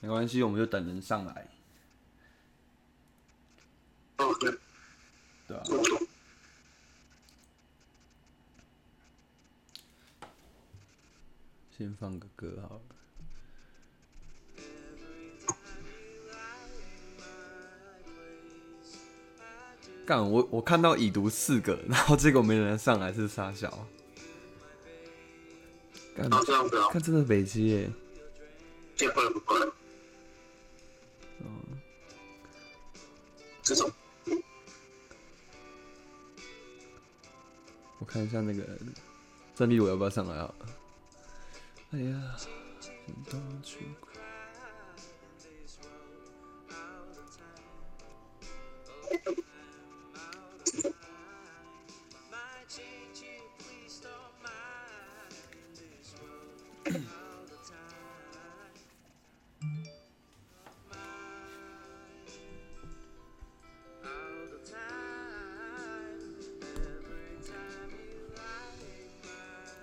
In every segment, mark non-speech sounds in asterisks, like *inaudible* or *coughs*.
没关系，我们就等人上来，对啊。先放个歌好了。干我我看到已读四个， *laughs* 然后结果没人上来是傻小。干然后这样子啊，看真的北极耶，见不能不过来。哦这种我看一下那个郑立伟要不要上来啊？哎呀，人都去过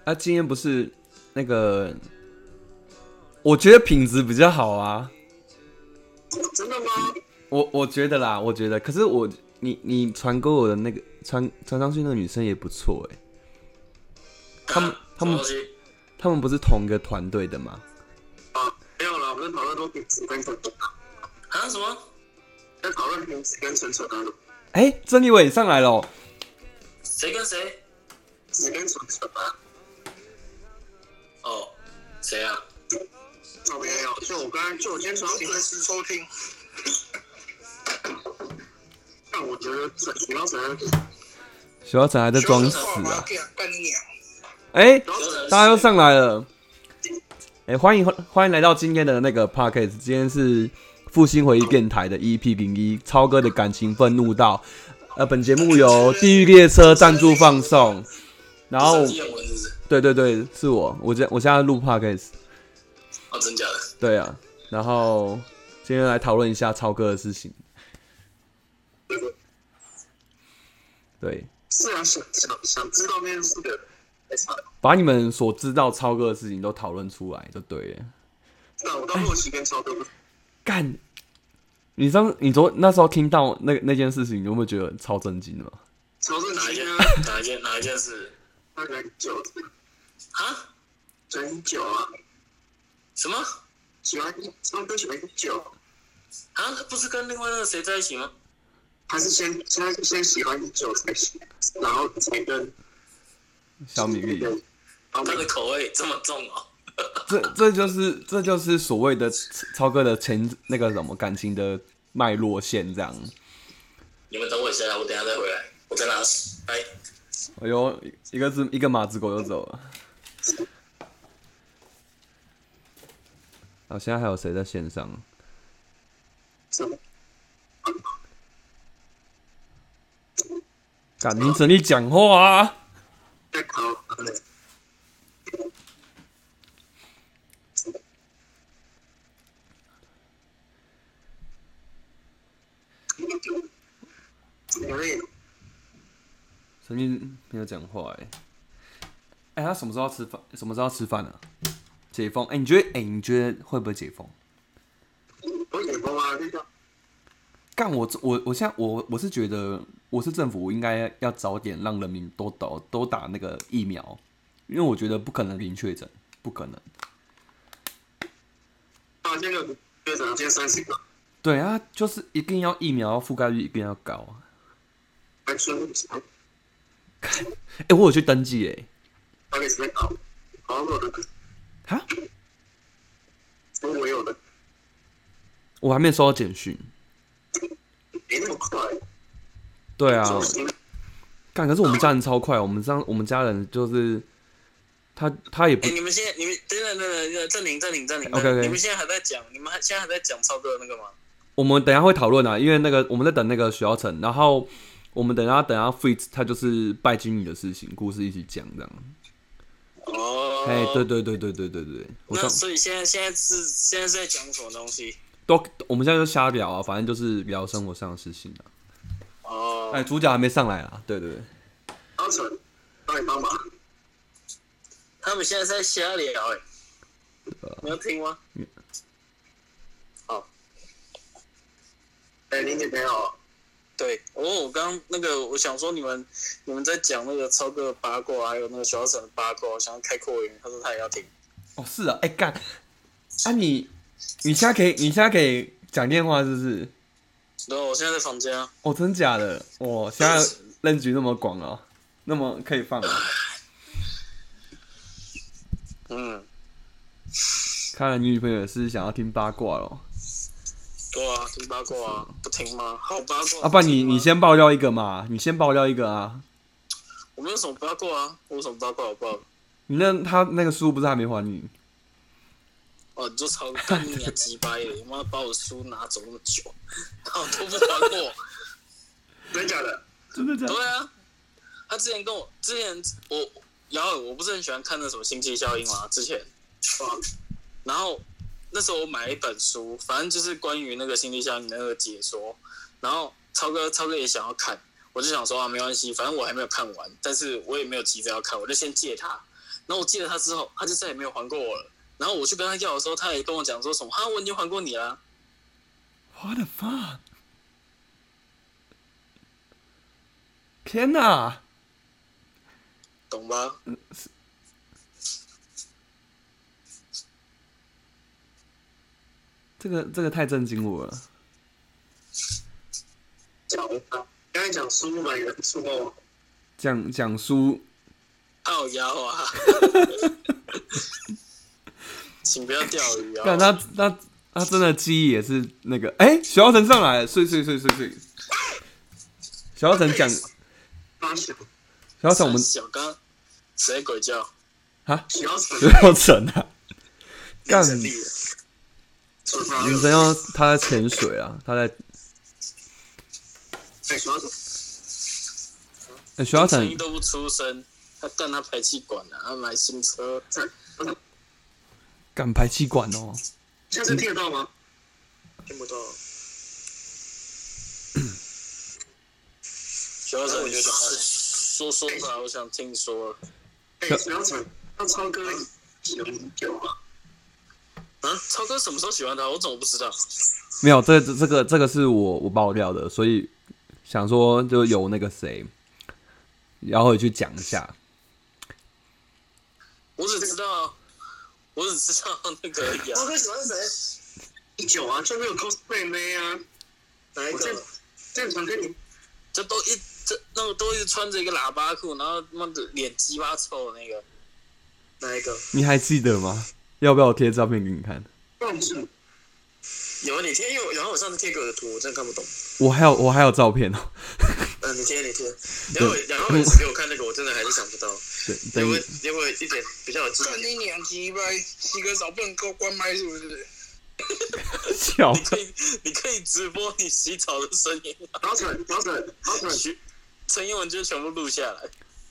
啊，今天不是那个，我觉得品质比较好啊。真的吗？我我觉得啦，我觉得，可是我你你传给我的那个传传上去那个女生也不错哎、他啊们他们什么东西他们不是同一个团队的吗？啊，没有了，我们在讨论多品质跟纯纯啊。啊什么？在讨论品质跟纯纯啊，哎、曾立伟上来了哦，谁跟谁？只跟纯纯啊。哦，谁啊？哦，没有，就我刚才，就我今天早上准时收听。但我觉得主要主要小仔还在装死啊！干你娘！哎、大大家又上来了。哎、欢迎欢迎来到今天的那个 podcast，今天是复兴回忆电台的 EP 零一，超哥的感情愤怒到。呃，本节目由地狱列车赞助放送。然后，文是不是？对对对，是我，我现我现在录 podcast，哦，真假的？对啊。然后今天来讨论一下超哥的事情。对，是啊，想想想知道那件事的，太惨了。把你们所知道超哥的事情都讨论出来就对了。那我到后期跟超哥不是干，你上你昨那时候听到那那件事情，你有没有觉得超震惊的嘛？超正哪一经件啊，哪一件哪一件事他很久的，啊？喜欢酒啊，什么喜欢超哥喜欢酒，啊？他不是跟另外那个谁在一起吗？他是先他是先喜欢酒才喜，然后才跟小米粒，然后他那的个口味这么重哦。这这就是这就是所谓的超哥的前那个什么感情的脉络线这样。你们等我一下，我等一下再回来，我再拿水。哎，哎呦，一个只一个马子狗又走了。啊，现在还有谁在线上？什么敢听陈立讲话啊！在考他的，因为陈立没有讲话哎、哎、他什么时候要吃饭？什么时候要吃饭啊？解封？哎、你觉得？哎、你觉得会不会解封？我也不啊，就叫干我我我现在我我是觉得我是政府，我应该要早点让人民都打都打那个疫苗，因为我觉得不可能零确诊，不可能。啊，这个队长今天三十个，对啊，就是一定要疫苗覆盖率一定要高啊！还春长，哎、我有去登记哎、大概是在搞，搞我的，哈，跟我有的我还没收到简讯。没那么快，对啊，中心干可是我们家人超快，我们这样我们家人就是他他也不哎，你们现在你们等等等等等，暂停暂停暂停。 OK，OK 你们现在还在讲，你们还现在还在讲超哥的那个吗？我们等一下会讨论啊，因为那个我们在等那个许耀成，然后我们等一下等一下 Fritz 他就是拜金女的事情故事一起讲这样。哦哎、对。对对对对对对，我那上所以现在现在是现在是在讲什么东西？都我们现在就瞎聊啊，反正就是聊生活上的事情啊。哦，哎、主角还没上来啊，对对对，高层帮你帮忙，欸他们现在是在瞎聊哎，你要听吗？哎，你女朋友？对，哦我我刚那个，我想说你们你们在讲那个超哥的八卦，还有那个小沈的八卦，我想要开扩音，他说他也要听。哦，是啊，哎、干，啊你，你现在可以，你现在可以讲电话是不是？然后我现在在房间啊，哦，真假的？哇，现在认局那么广哦，那么可以放、啊。嗯，看来你女朋友是想要听八卦咯。对啊，听八卦啊，不听吗？好八哦卦。啊，不然你听吗你，先爆料一个嘛，你先爆料一个啊。我没有什么八卦啊，我有什么八卦好不好？你那他那个书不是还没还你？哦，你就超干你娘鸡掰的，你妈把我书拿走那么久，然后都不 *laughs* 还我。真假的？真的假对啊，他之前跟我之前我然后我不是很喜欢看那什么星际效应嘛，之前，哦，然后那时候我买了一本书，反正就是关于那个星际效应的那个解说，然后超哥超哥也想要看，我就想说啊没关系，反正我还没有看完，但是我也没有急着要看，我就先借他，然后我借了他之后，他就再也没有还过我了。然后我去跟他要的时候，他也跟我讲说什么啊，我已经还过你啦、 ？What the fuck？天哪！懂吧？这个这个太震惊我了。讲啊，刚才讲书嘛，有书哦。讲讲书，靠腰啊！请不要钓鱼啊！但他他他真的记忆也是那个，哎、小妖神上来了，睡睡睡睡睡。小妖神讲，小八小妖神我们小刚谁在鬼叫？啊，小沈，小妖神啊，干，真厉害什么？林神要他在潜水啊，他在，哎，小沈，欸、小妖声神音都不出声，他干他排气管啊，他买新车，敢排气管哦，现在听得到吗？听不到。小沈，你说说吧，我想听说。哎，小沈，那超哥喜欢你久吗？啊，超哥什么时候喜欢他？我怎么不知道？没有，这这这个这个是我我爆料的，所以想说就由那个谁，然后也去讲一下，我只知道，我只知道那个呀，超哥喜欢谁？你久啊，就没有 cosplay 妹啊。哪一我正个？正常跟你这都一这那个都一直穿着一个喇叭裤，然后他妈的脸鸡巴臭的那个，哪一个？你还记得吗？要不要我贴照片给你看？忘记有啊，你贴，因为我然后我上次贴给我的图，我真的看不懂。我还有我还有照片哦， *laughs* 嗯、你贴，你贴。然后然后你给我看那个，我真的还是想不到，等等你因为一点比较有知干你娘鸡巴！洗个澡不能给我关麦是不是？笑你可以，你可以直播你洗澡的声音，小沈，小沈，小沈，陈英文就全部录下来。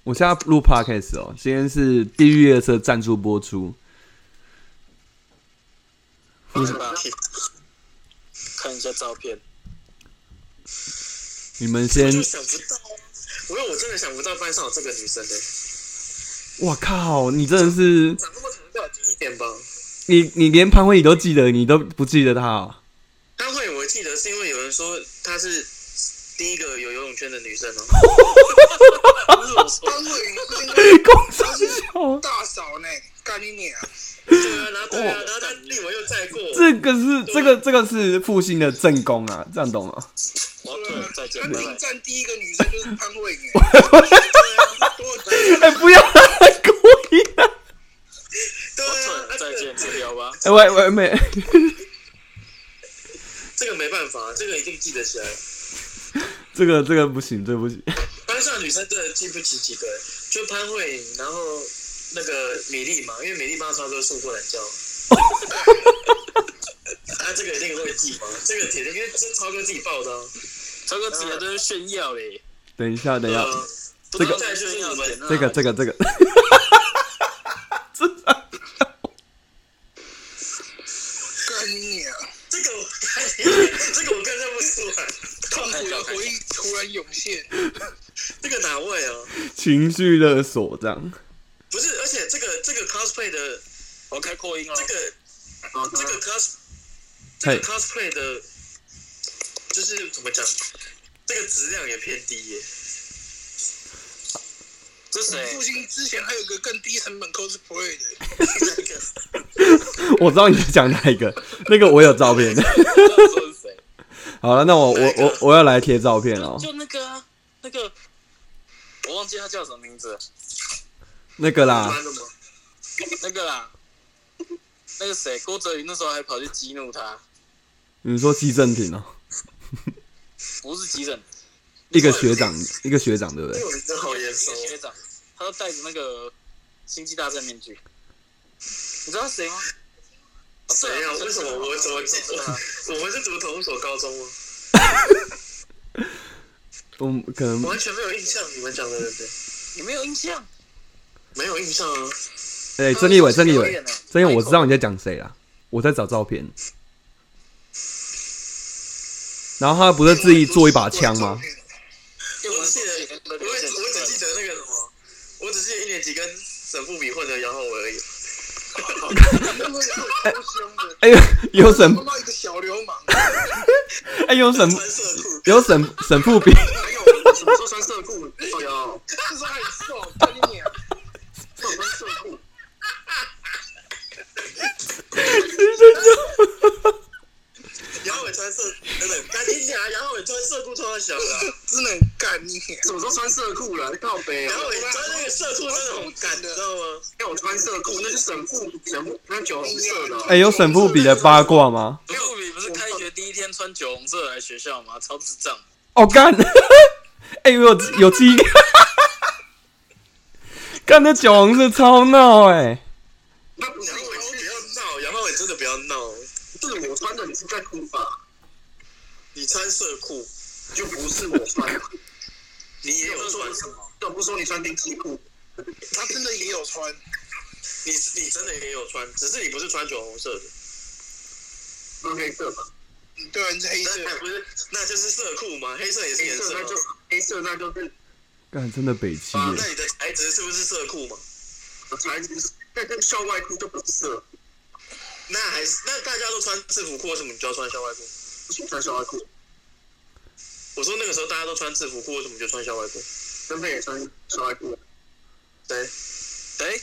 我现在录 podcast 哦，今天是地狱列车赞助播出。小是沈，吧看一下照片，你们先，想不到啊，因为我真的想不到班上有这个女生的、我靠，你真的是，长那么长就有第一点吧。你你连潘慧宇都记得，你都不记得他、哦？ *laughs* 她会我记得是因为有人说她是第一个有游泳圈的女生哦、不是我说，潘慧宇是那个公司笑，大嫂呢，干你娘！对啊，然后对啊，然后她立 *laughs* 我又再过，这个是这个这个是复兴的正宫啊，这样懂吗？我要跟再见，他拜拜顶。站第一个女生就是潘慧宇，哎、不要啦，故意的。我再见，治疗吧。哎喂喂没，这个没办法，这个一定记得起来。这个这个不行，这个不行。班上女生真的记不起几个，就潘慧颖，然后那个米粒嘛，因为米粒帮她超哥送过来 *laughs* 教。啊，这个一定会记嘛，这个铁定，因为这超哥自己报的、啊超哥自己在炫耀嘞。等一下，等一下，啊这个再炫耀点，这个这个这个，真的干你娘！这个我看，这个我更认不出来，痛苦的回忆突然涌现，这个哪位啊？情绪勒索这样。不是，而且这个这个 cosplay 的，我开扩音哦。这个小这个沈， cos 这嘿个 cosplay 的，就就是怎么讲，这个质量也偏低耶。这谁复？兴之前还有个更低成本 cosplay 的，我知道你在讲哪一个，那个我有照片。这是谁？好了，那我我我我要来贴照片哦就，就那个啊，那个我忘记他叫什么名字了，那个啦，穿的吗？那个啦，那个谁，郭泽宇那时候还跑去激怒他，你说季正廷哦，不是急诊，一个学长，一个学长对不这对？个名字好眼熟一个。学长，他都戴着那个星际大战面具，你知道他谁吗？哦谁呀？为什么我怎么记？对啊我我们是读同一所高中吗？嗯，可能我完全没有印象，你们讲的人对，你没有印象？没有印象啊。哎，曾立伟，曾立有伟点欸，曾立伟，我知道你在讲谁啦，我在找照片。然后他不是自己做一把枪吗？因为我我只记是得，我只我只记得那个什么，我只记得一年级跟沈富比混的杨浩文而已。那个超凶的，哎呦，有沈他，妈一个小流氓， *laughs* 哎有沈，穿色 *laughs* 裤，有沈沈富比，还哎有我什么时候穿色裤？哎呦，那时候很瘦，看你脸，我穿色裤。杨浩伟穿色，等等，赶紧讲啊！杨浩伟穿色裤穿到小了，啊真的很干你脸。什么时候穿色裤了？靠背啊杨浩伟穿那个色裤真的很干，你知道吗？因为我穿色裤，那是神父，神父穿酒红色的哦。哎有沈富比的八卦吗？不是你不是开学第一天穿酒红色来学校吗？超智障！哦干， *laughs* 哎有有记忆， *laughs* 干那酒红色超闹哎，那不是杨伟，不要闹，杨浩伟真的不要闹。是我穿的，你是在哭吧？你穿色裤就不是我穿的，你也有穿什么？我不说你穿丁字裤，他真的也有穿，你你真的也有穿，只是你不是穿酒红色的，是黑色吧？嗯对啊，你是黑色那的，不是，那就是色裤吗？黑色也是颜色吗？黑色那就是干真的北七啊，耶那。你的材质是不是色裤嘛？材质，但跟 *laughs* 校外裤就不是色，那还是那大家都穿制服裤，为什么你就要穿校外裤？不是穿校外裤，我说那个时候大家都穿制服裤，为什么你就穿校外裤？真的也穿校外裤。谁哎，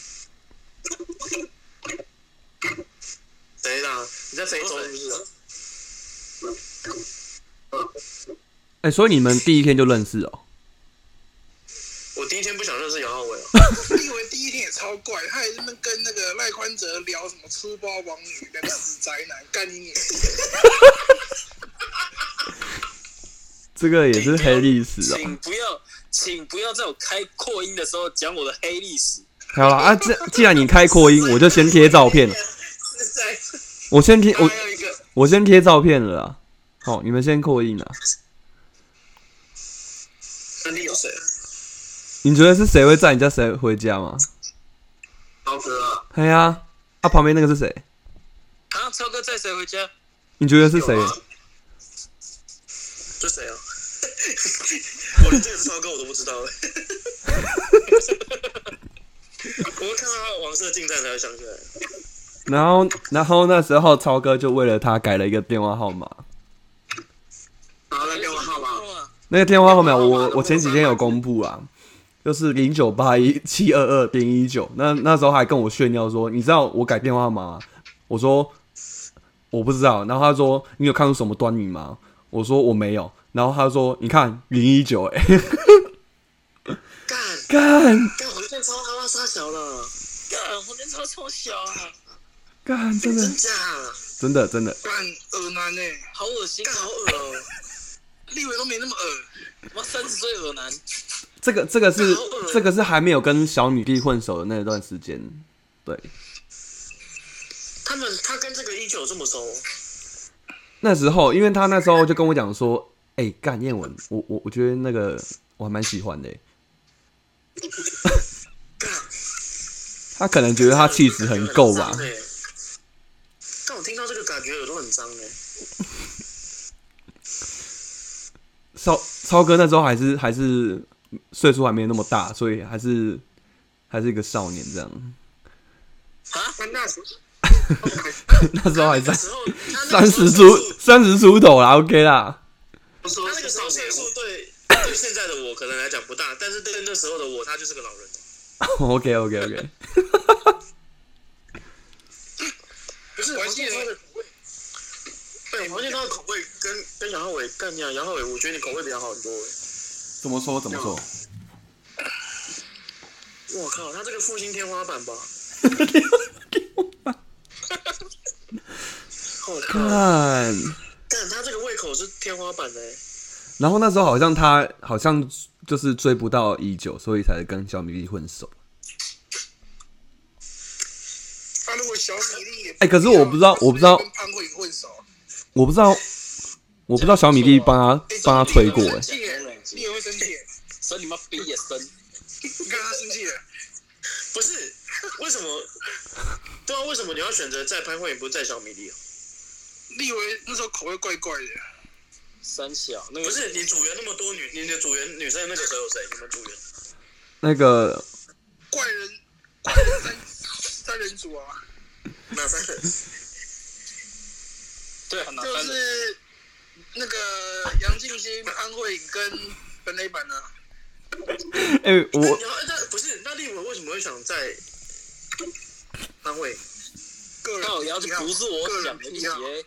谁啦？你在非洲是不是啊？哎、所以你们第一天就认识哦？我第一天不想认识杨浩伟啊，我以为第一天也超怪，他还在那边跟那个赖宽哲聊什么粗包王女那个死宅男，干你脸！这个也是黑历史哦。请不要，请不要在我开扩音的时候讲我的黑历史。好了啊，既既然你开扩音，我就先贴照片了。是在我先贴我还有一个我先贴照片了啦。好、你们先扩音啊啦。那你有谁？啊你觉得是谁会载你家谁回家吗？超哥啊，嘿呀、啊，啊旁边那个是谁？啊，超哥载谁回家？你觉得是谁？这谁 *laughs* 啊？我连这个是超哥我都不知欸道哎、我看到他的黄色近战才会想起来。然后然后那时候超哥就为了他改了一个电话号码。好，那没给我号码。啊？那个电话号码我我前几天有公布啊，就是零九八一七二二零一九。那那时候还跟我炫耀说，你知道我改电话号码吗？我说我不知道。然后他说你有看出什么端倪吗？我说我没有。然后他说你看零一九，哎，干干干，我变超他妈杀小了，干，我那时候超小啊，干，真的真假？真的真的，干恶男呢、好恶心干啊！好恶 *laughs* 哦、立伟都没那么恶，妈三十岁恶男，这个这个是啊这个是还没有跟小女帝混熟的那段时间，对，他们他跟这个一九这么熟，那时候，因为他那时候就跟我讲说，哎、干燕文，我我我觉得那个我还蛮喜欢的欸、他可能觉得他气质很够吧感觉很脏？欸但我听到这个感觉耳朵很脏哎、欸超超哥那时候还是还是岁数还没有那么大，所以还是还是一个少年这样。他 *laughs* 那时候那时候还在那时候他那三个时候十是出三十出头啦，OK *laughs* 啦。不是他说那个时候岁数对对现在的我可能来讲不大，但是对那时候的我，他就是个老人。 OK OK OK，不是关键黄健韬的口味。对，黄健韬的口味跟跟杨浩伟干一样，杨浩伟我觉得你口味比他好很多欸。怎么说怎么说？我靠，他这个复兴天花板吧？我靠，看，但他这个胃口是天花板的欸、然后那时候好像他好像就是追不到一九，所以才跟小米粒混熟。他如果小米粒也，哎可是我不知道我不知道跟潘慧混熟，我不知道，我不知道小米粒帮他帮他吹过哎、生气耶欸你也会生气耶，生你妈逼也生！你看他生气了，不是，为什么？对啊，为什么你要选择在潘慧，不是在小米粒啊？立维那时候口味怪怪的，三小那个不是你组员那么多女，你的组员女生那个时候有谁？你们组员那个怪人，怪人三三人组啊，哪三个？ *laughs* 对很难就翻的。是那个杨敬欣、潘慧跟本垒板啊，哎、我然后那不是那立伟为什么会想在潘慧？个人靠，要是癖好不是我个人想的，你癖好姐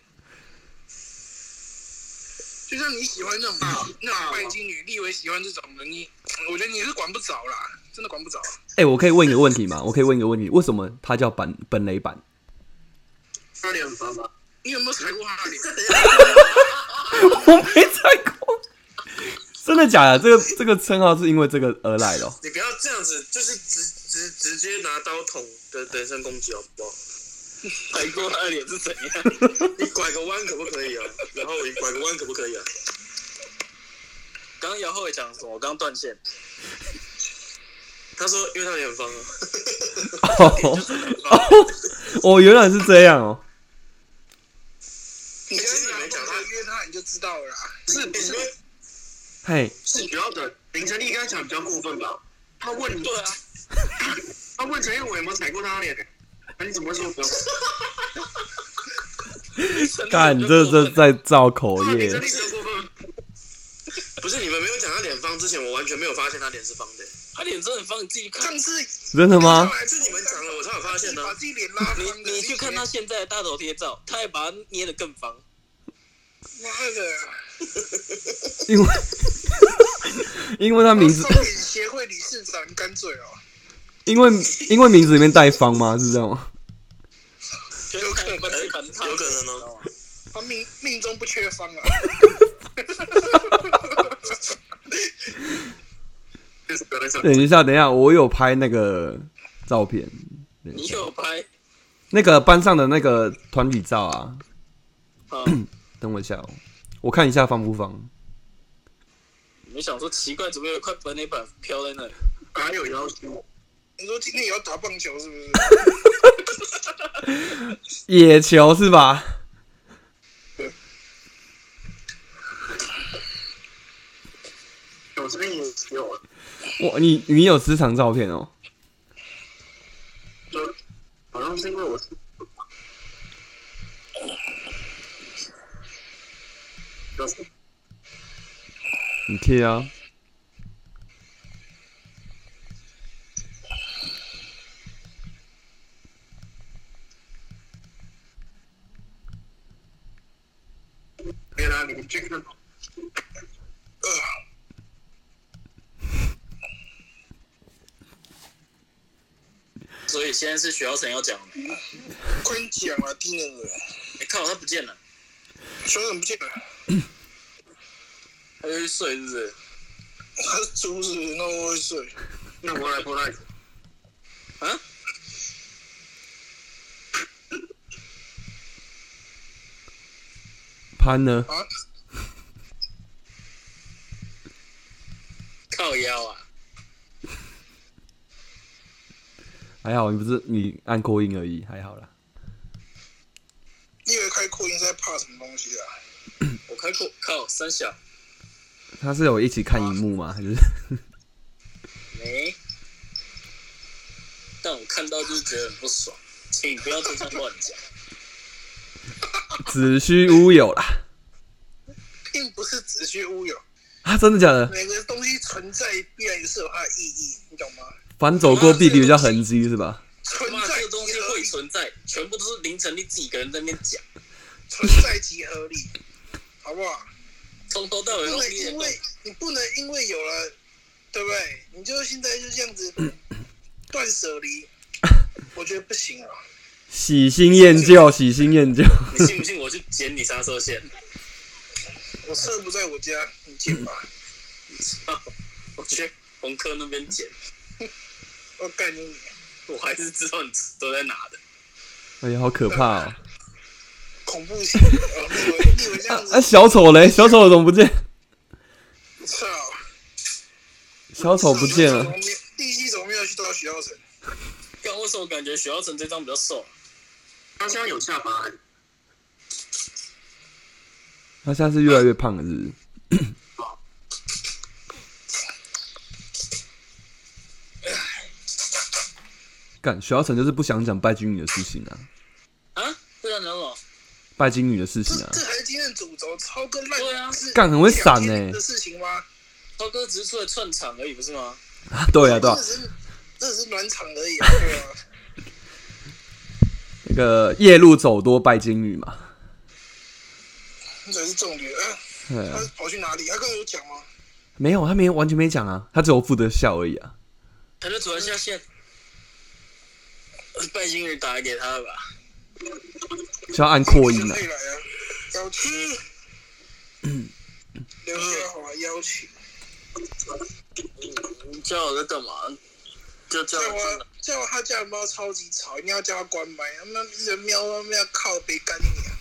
就像你喜欢那种啊那种拜金女，立维喜欢这种的，你我觉得你是管不着啦，真的管不着。哎、我可以问一个问题吗？我可以问一个问题，为什么他叫本本垒板？ *laughs* 他脸吧吧，你有没有踩 *laughs* 过他的脸？我没猜过，真的假的？这个这个称号是因为这个而来的哦、你不要这样子，就是直直直接拿刀捅的人身攻击好不好？拐过他的脸是怎样？你拐个弯可不可以啊？然后你拐个弯可不可以啊？刚刚姚浩伟讲什么？我刚断线。他说，因为他脸很方啊。哦哦，原来是这样哦、其你实你跟没没讲讲他他约他，你就知道了啦。是不是嘿，是不要的，林晨立跟他讲比较过分吧？他问你，对啊，他问陈彦伟有没有踩过他的脸，那你怎么说不要？干，这这在造口业陈。立比较过分，不是你们没有讲他脸方之前，我完全没有发现他脸是方的、他脸真的很方，你自己看。上次真的吗？是你们讲了，我才有发现呢、把自己脸拉方你的，你去看他现在的大头贴照，他还把它捏得更方。妈的，因为 *laughs* 因为他名字，双脸协会理事长干嘴哦，因为因为名字里面带方吗？是这样吗？有可能能有可能哦哦。他命命中不缺方啊。 *laughs* 就是不要再讲。等一下，等一下，我有拍那个照片，你有拍？那个班上的那个团体照啊。啊，等我一下、哦，我看一下方不方。没想说奇怪，怎么有一块本垒板飘在那里？哪有要求？你说今天也要打棒球是不是？野球是吧？有这边也有，哇，你你有私藏照片哦？就好像是因为我是。就是你贴啊。别拿你们去看。所以现在是许耀成要讲的。快点讲啊，低能儿，哎、靠，他不见了，球怎么不见了？ *laughs* 他就去睡是不是？他是猪是不是？那我会睡。那我来，我来。啊？潘呢？啊，靠腰啊！还好，你不是你按扩音而已，还好啦。你以为开扩音是在怕什么东西啊？我开口靠三小他是有一起看荧幕吗？还是 *laughs* 没，但我看到就是觉得很不爽，请不要这样乱讲。子虚乌有啦？并不是子虚乌有，啊，真的假的？每个东西存在必然是有它的意义，你懂吗？反走过必留下痕迹是吧？存妈，在这个东即西合会理，存在，全部都是凌晨你自己一个人在那边讲，存在即合理，好不好？从头到尾不都能是你因的。为你不能因为有了，对不对？你就现在就这样子断舍离，我觉得不行啊。喜新厌旧，喜新厌旧。你信不信我去剪你杀车线？我舍不在我家，你见吧。我去红科那边剪，我干你！我还是知道你都在哪的。哎呀，好可怕哦！恐怖型，哦你以为你以为这样啊，子？小丑嘞，小丑怎么不见？操！小丑不见了。第七怎么没有去到徐浩辰？刚为什么感觉许耀成这张比较瘦啊？他现在有下巴、欸，他现在是越来越胖了，是不是？ *coughs* 干，许耀成就是不想讲拜金女的事情啊，啊，不然能哦，拜金女的事这情啊这，才是今天的主轴，超跟烂对啊是干很会闪一两欸天的事情吗？涛哥只是出来串场而已，不是吗？啊对啊，对啊这，只是这只是暖场 *laughs* 而已啊，对啊。那个夜路走多拜金女嘛，这才是重点。啊对啊他，跑去哪里？他刚刚有讲吗？没有，他没完全没讲啊，他只有负责笑而已啊，他就突然下线，拜金女打给他吧。需要按扩音你啊可，以来啊，邀请， *clears throat* 留下好啊，邀请。你叫我在干嘛？就叫叫我他啊叫他家的猫超级吵，你要叫他关麦，他们一直喵喵喵靠背干你啊！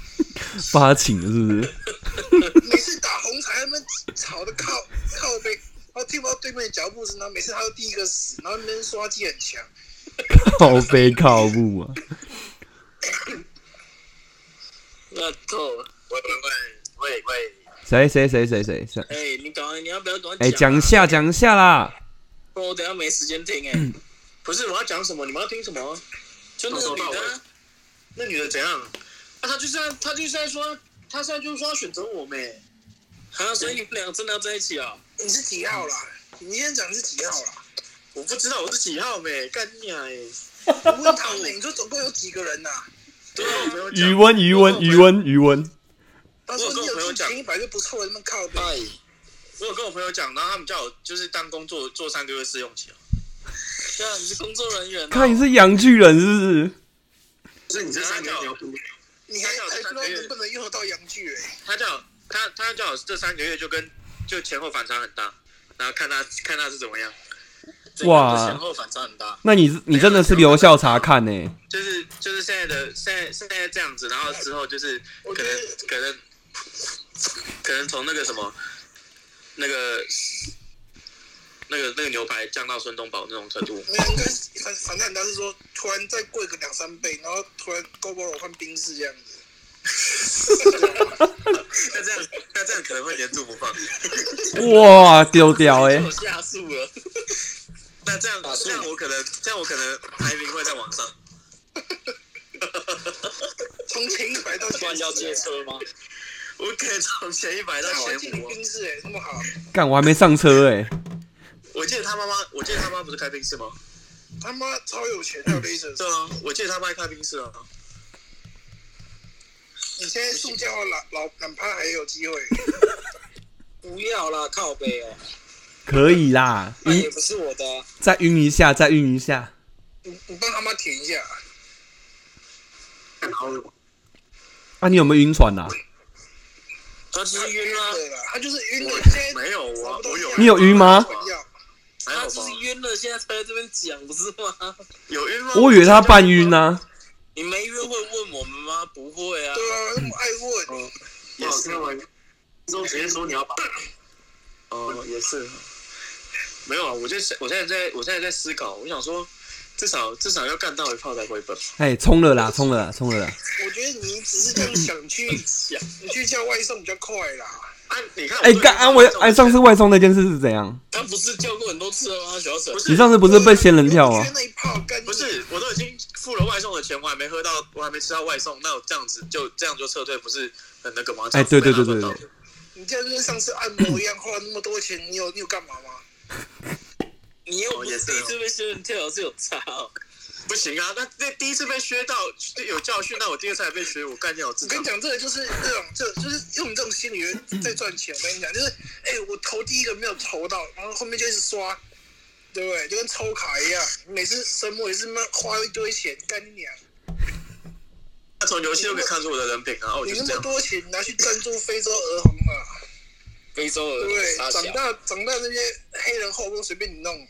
发情了是不是？ *laughs* 每次打红牌，他们吵的靠靠背，然后听不到对面的脚步声，然后每次他都第一个死，然后那边说他技很强，靠背靠步啊，那够了。喂喂喂喂喂，谁谁谁谁谁谁？哎、你赶快，你要不要赶快哎，讲讲啊一下讲一下啦，不然我等一下没时间听哎、嗯不是我要讲什么，你们要听什么？就那个女的啊、那女的怎样？啊，她就是在，她就是在说，她现在就是说要选择我们。啊，所以你们俩真的要在一起啊？你是几号啦？你先讲你是几号 *laughs* 啦？我不知道我是几号没干你啊！哎我问他们，你说总共有几个人呐、对啊，我朋友余讲，温余温余温余温，他说你有进前一百就不错了，他们靠背。哎，我有跟我朋友讲，然后他们叫我就是当工作做三个月试用期啊。对啊，你是工作人员、啊。看你是洋巨人是不是？所以你这三个月聊不你还还不知道能不能用得到洋剧哎、他叫我他他叫我这三个月就跟就前后反差很大，然后看他看他是怎么样，整个哇前后反差很大。那你是你真的是留校察看呢、就是就是现在的现在现在这样子，然后之后就是我可觉能得可能可能从那个什么那个那个那个牛排降到孙东宝那种 *laughs* 程度，没有，应该是反反正他是说，突然再贵个两三倍，然后突然 g o b o 换冰室这样子。那这样那这样可能会连住不放。哇，丢掉 *laughs* 哎、我下树了，那这样这样我可能这样我可能排名会在往上。从前一百到不前然要十借车吗？我可能从前一百到那我还前进五啊。冰室哎、这么好。干我还没上车哎、我记得他妈妈，我记得他妈不是开宾士吗？他妈超有钱，还有 Laser。对啊，我记得他妈开宾士啊。你现在塑胶老老懒趴还有机会，不要啦，靠背哦，可以啦，那晕也不是我的啊、哎再晕一下，再晕一下，你你帮他妈舔一下。看好友，啊，你有没有晕船呐、啊？他就是晕啊啦、对啦，他就是晕了，现在没有啊，我有你有晕吗？药。还他好就是吧？晕了，现在才在这边讲，不是吗？ *laughs* 有晕吗？我以为他半晕啊呐、你没约会问我们吗？不会啊，对啊，那么爱问，也是开玩笑，之后直接说你要把，哦，也是。没有啊，我就我现在在我现在在思考，我想说，至少至少要干到一炮才回本。哎、冲了啦，冲了啦，冲了啦！我觉得你只是这样想 *laughs* 去，你去叫外送比较快啦。啊，你看，哎、干啊，我哎、上次外送那件事是怎样？他不是叫过很多次了哦吗？小沈不，是你上次不是被仙人跳吗你？那一炮干不是，我都已经付了外送的钱，我还没喝到，我还没吃到外送，那我这样子就这样就撤退，不是很那个吗？哎对对对对对这样子被拿走到你这样就跟上次按摩一样，花那么多钱，你有你有干嘛吗？你又不哦也是是第一次被削人跳是有差哦。不行啊！那那第一次被削到有教训，那我第二次还被削，我干掉我自我己跟你。讲，这个就是这种，这就是用你这种心理在赚钱。我跟你讲，就是哎、我投第一个没有投到，然后后面就一直刷，对不对？就跟抽卡一样，每次神魔也是妈花一堆钱，干你娘！那从游戏都可以看出我的人品啊！我你就是那这么样。多钱拿去赞助非洲儿童啊，非洲对不的对？傻长小，大长大那些黑人后宫随便你弄嘛，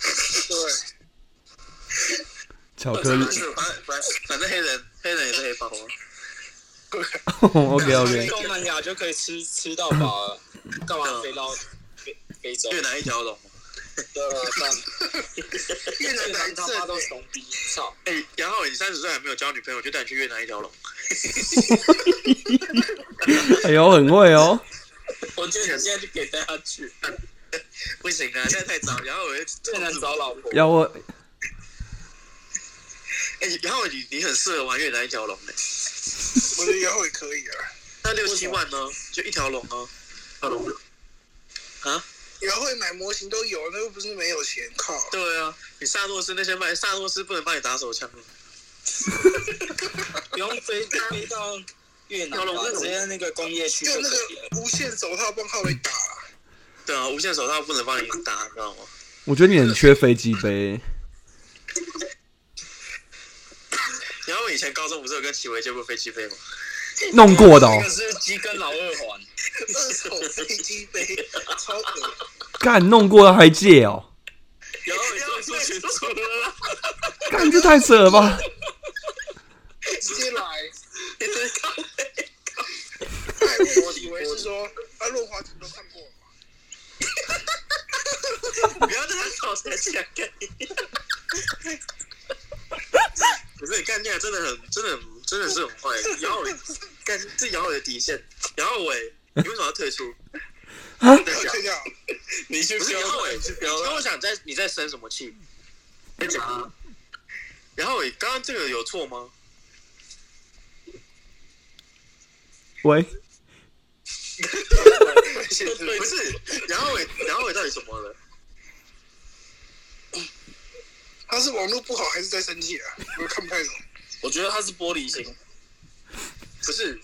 对不对？巧克力 *laughs* 反正反正反正黑人黑人也是黑帮啊。 ，OK 非 OK，东南亚就可以吃吃到饱了，干嘛非到非非洲？越南一条龙。对啊，干越南越南男他政妈都穷逼，操！哎、杨浩，你三十岁还没有交女朋友，就带你去越南一条龙。哎呦，很会哦。我觉得你现在就可以带他去，不行啊，现在太早。然后我就越南找老婆。要我哎、然后你你很适合玩越南一条龙的、我觉得以后也可以啊。那六七万呢？就一条龙哦。条龙。以后会买模型都有，那又不是没有钱，靠！对啊，你萨诺斯那些卖萨诺斯不能帮你打 *laughs* 手枪吗？不用飞飞到越南吧，直接那个工业区用就那可以了。个无线手套帮浩伟打、对啊，无线手套不能帮你打，你知道吗？我觉得你很缺飞机杯，然后我以前高中不是有跟齐维借过飞机杯吗？弄过的哦那，个是鸡跟老二环，二手飞机杯，超恶干弄过的还借哦，然后你就出群组了啦，干这太扯了吧！直接来。哎，我以为是说啊，润滑球都看过了嘛，不要在他搞才想干你。 *laughs* 可是你干架真的很、真的很、真的是很坏。 *laughs* 然后我干这摇我的底线，然后伟，你为什么要退出？要睡觉。你去不是标然后伟，你去啊标你跟我讲在你在生什么气？你讲啊。然后伟，刚刚这个有错 *laughs* 吗？喂，不是，然后伟，然后伟到底怎么了？他是网络不好还是在生气啊？我看不太懂。我觉得他是玻璃心，不是，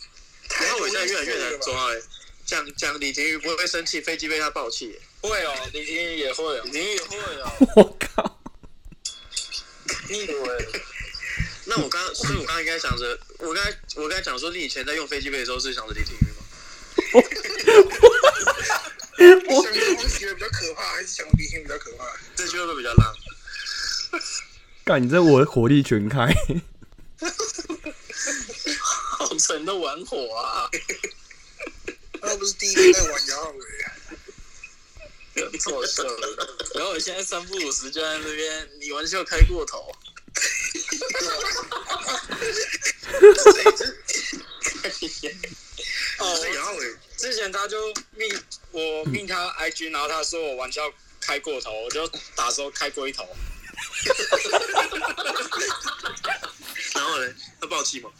然后我现在越来越难抓哎、讲讲李廷玉不会生气，飞机被他爆气、欸会哦，李天宇也会哦，廷玉也会 *laughs* 啊。我靠，你以为？ *laughs* 那我刚，所以我刚刚应该想着，我刚才我刚才讲说，你以前在用飞机杯的时候是想着李廷玉吗？想着黄喜比较可怕，还是想李天比较可怕？这句会不会比较烂？干你这我的火力全开， *laughs* 好蠢的玩火啊！那不是第一个在玩姚浩伟，错秀了。然后我现在三不五时就在那边，你玩秀开过头，哦，然后伟，之前他就命我命他 IG，然后他说我玩笑开过头，我就打说开龟 *laughs* 头，然后呢，他爆气吗？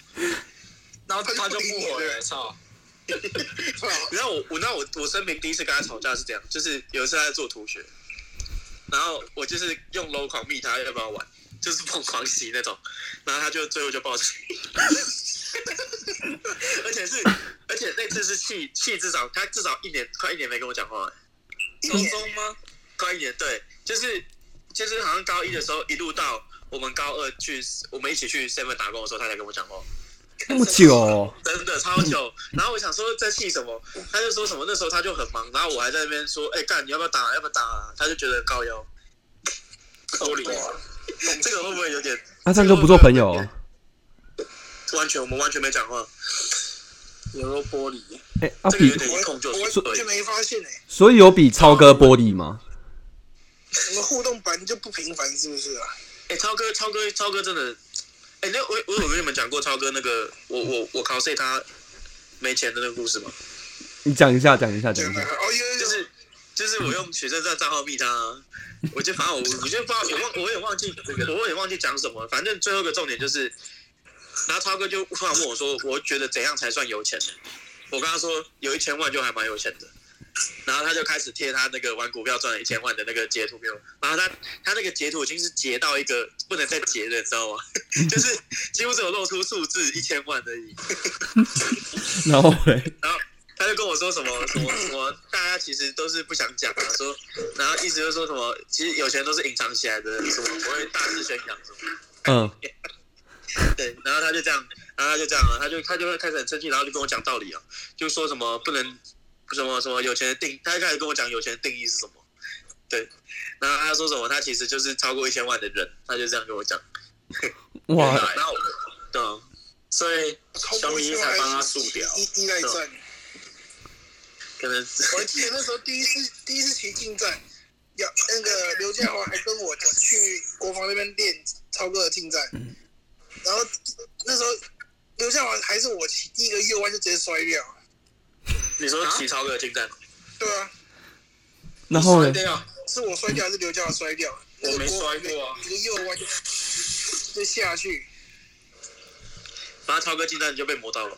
然后他就不回了，操！然后我我那我我声明第一次跟他吵架是这样，就是有一次他在做图学，然后我就是用 low 狂密他要不要玩，就是疯狂洗那种，然后他就最后就爆气， *laughs* 而且是而且那次是气气至少他至少一年快一年没跟我讲话了，一高年中吗？高一年对，就是就是好像高一的时候一路到我们高二去我们一起去 seven 打工的时候，他才跟我讲话。那么久哦，真的超久。然后我想说在气什么，他就说什么那时候他就很忙，然后我还在那边说，哎、干你要不要打，要不要打、啊？他就觉得很高腰，扣脸。这个会不会有点那这样就不做朋友哦。完全我们完全没讲话？牛肉玻璃，哎，啊这个比有，点一控就我是完全没发现哎、所以有比超哥玻璃吗？你们互动版就不频繁是不是啊？哎、超哥，超哥，超哥真的，哎、那我我有跟你们讲过超哥那个我我我 cos 他没钱的那个故事吗？你讲一下，讲一下，讲真一的下。哦，有有就有，是就是我用学生证账号密他、啊，我就反正我我就不知道，我忘我也忘记我也忘记讲什么，反正最后一个重点就是，然后超哥就突然问我说，我觉得怎样才算有钱？我跟他说有一千万就还蛮有钱的，然后他就开始贴他那个玩股票赚了一千万的那个截图给我，然后他他那个截图已经是截到一个不能再截了，你知道吗？ *laughs* 就是几乎只有露出数字一千万而已。然后嘞，然后他就跟我说什么 *coughs* 什么什么，大家其实都是不想讲啊，说，然后意思就是说什么，其实有钱都是隐藏起来的，什么不会大肆宣扬什么，嗯，对，然后他就这样，然后他就这样了，他就他就会开始很生气，然后就跟我讲道理啊，就说什么不能什么什么有钱的定，他就开始跟我讲有钱的定义是什么，对，然后他说什么他其实就是超过一千万的人，他就这样跟我讲，哇，然后我对啊，所以小米才帮他速掉。依依赖战。可能我还记得那时候第一次第一次骑进站，要那个刘建华还跟我去国防那边练超哥的进站，然后那时候刘建华还是我骑第一个右弯就直接摔掉，你说起超哥的进站吗，对啊，然后嘞，掉，是我摔掉还是刘建华摔掉？我没摔过啊一个右弯就就下去，反正超哥进站你就被磨到了，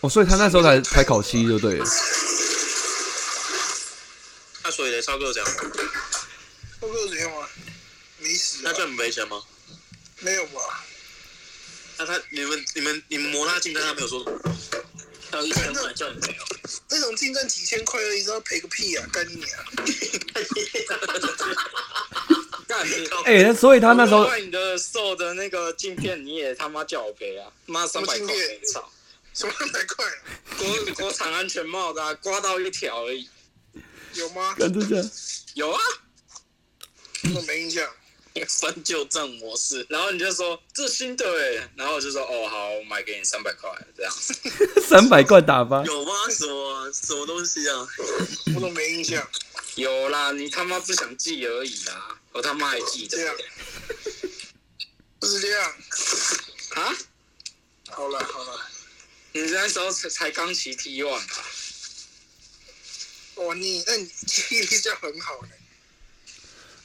哦，所以他那时候才才考七就对了，那所以呢，超哥有怎样吗？超哥怎样吗？没死那啊，就很危险吗？没有吧？那他你们你们你们磨他进站，他没有说什么还有一千万叫你没有。那种进站几千块而已，知道赔个屁啊！干你娘！干你！哎、那所以他那时候我，卖你的瘦的那个镜片，你也他妈叫我赔啊！妈三百什么块镜片，操！什么两百块啊？国国产安全帽的、啊、刮到一条而已，有吗？跟着讲，有啊，我没印象。翻旧账模式。然后你就说这新的哎、然后我就说哦好，我买给你三百块这样。 *laughs* 三百块打发，有吗？什么什么东西啊？我都没印象。有啦，你他妈不想记而已啦，我他妈还记得啊这样不是这样，啊！好了好了，你那时候才才刚骑 T one 吧？哇哦你那你记忆力这样很好呢、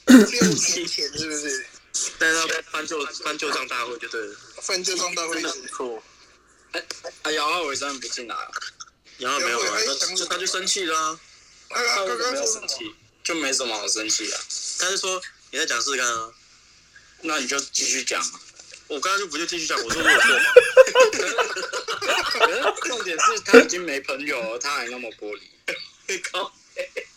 六年前是不是？但是他啊翻旧翻旧账大会就对了，翻旧账大会真的是很酷。哎哎，姚浩伟真的不进来啊，然后没有啊，他他就生气啦、他他啊刚为刚什么刚要说什生么？气？就没什么好生气的、他就说你在讲试看啊，那你就继续讲。我刚刚就不就继续讲，我说我有错吗？ *laughs* 可是重点是他已经没朋友了，他还那么玻璃。 *laughs*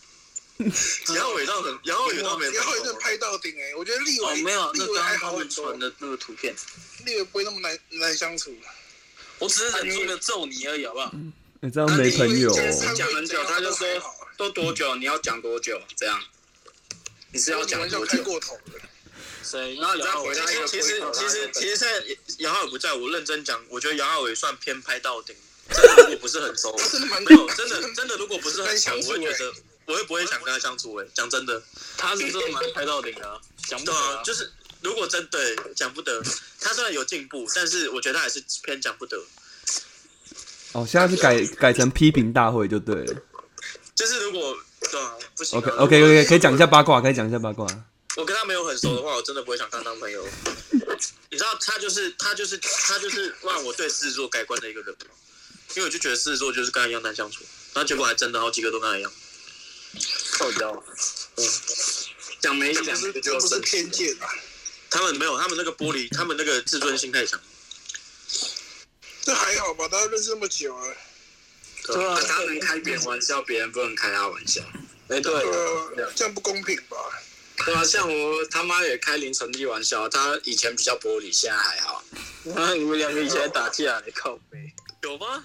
杨伟倒很，杨伟倒没有然后真的拍到顶哎、我觉得立哦伟、没有，立那伟刚还刚好他很们多传，的那个图片，立伟不会那么难难相处。我只是忍住忍住了了揍你而已，好不好？你、哎这样没朋友、哦，讲很久，他就说啊都多久，你要讲多久，这样。你是要你讲玩笑多开久？过头了，所以然后你再回其答一个实其实其实其实现在杨浩伟不在，我认真讲，我觉得杨浩伟算偏拍到顶，真的如果不是很熟，真的蛮没有真的真的如果不是很熟，很相处我会觉欸得我会不会想跟他相处？哎，讲真的，他是真的蛮拍到顶的啊，讲不对啊完，。就是如果真对讲不得，他虽然有进步，但是我觉得他还是偏讲不得。哦，现在是改改成批评大会就对了。就是如果对啊，不行啊、 OK OK OK，可以讲一下八卦，可以讲一下 *laughs* 八卦。我跟他没有很熟的话，我真的不会想跟他当朋友。你知道他就是他就是他就是让我对狮子座改观的一个人，因为我就觉得狮子座就是跟他一样难相处，然后结果还真的好几个都跟他一样。臭掉。讲没讲这就这不是生偏见啊，他们没有，他们那个玻璃，他们那个自尊心太强。这还好吧？大家认识那么久啊了，对啊，他能开别人玩笑，别人不能开他玩笑。哎，对，对啊，这样不公平吧？对啊，像我他妈也开凌晨一玩笑，他以前比较玻璃，现在还好。那你们两个以前打架，你靠背。有吗？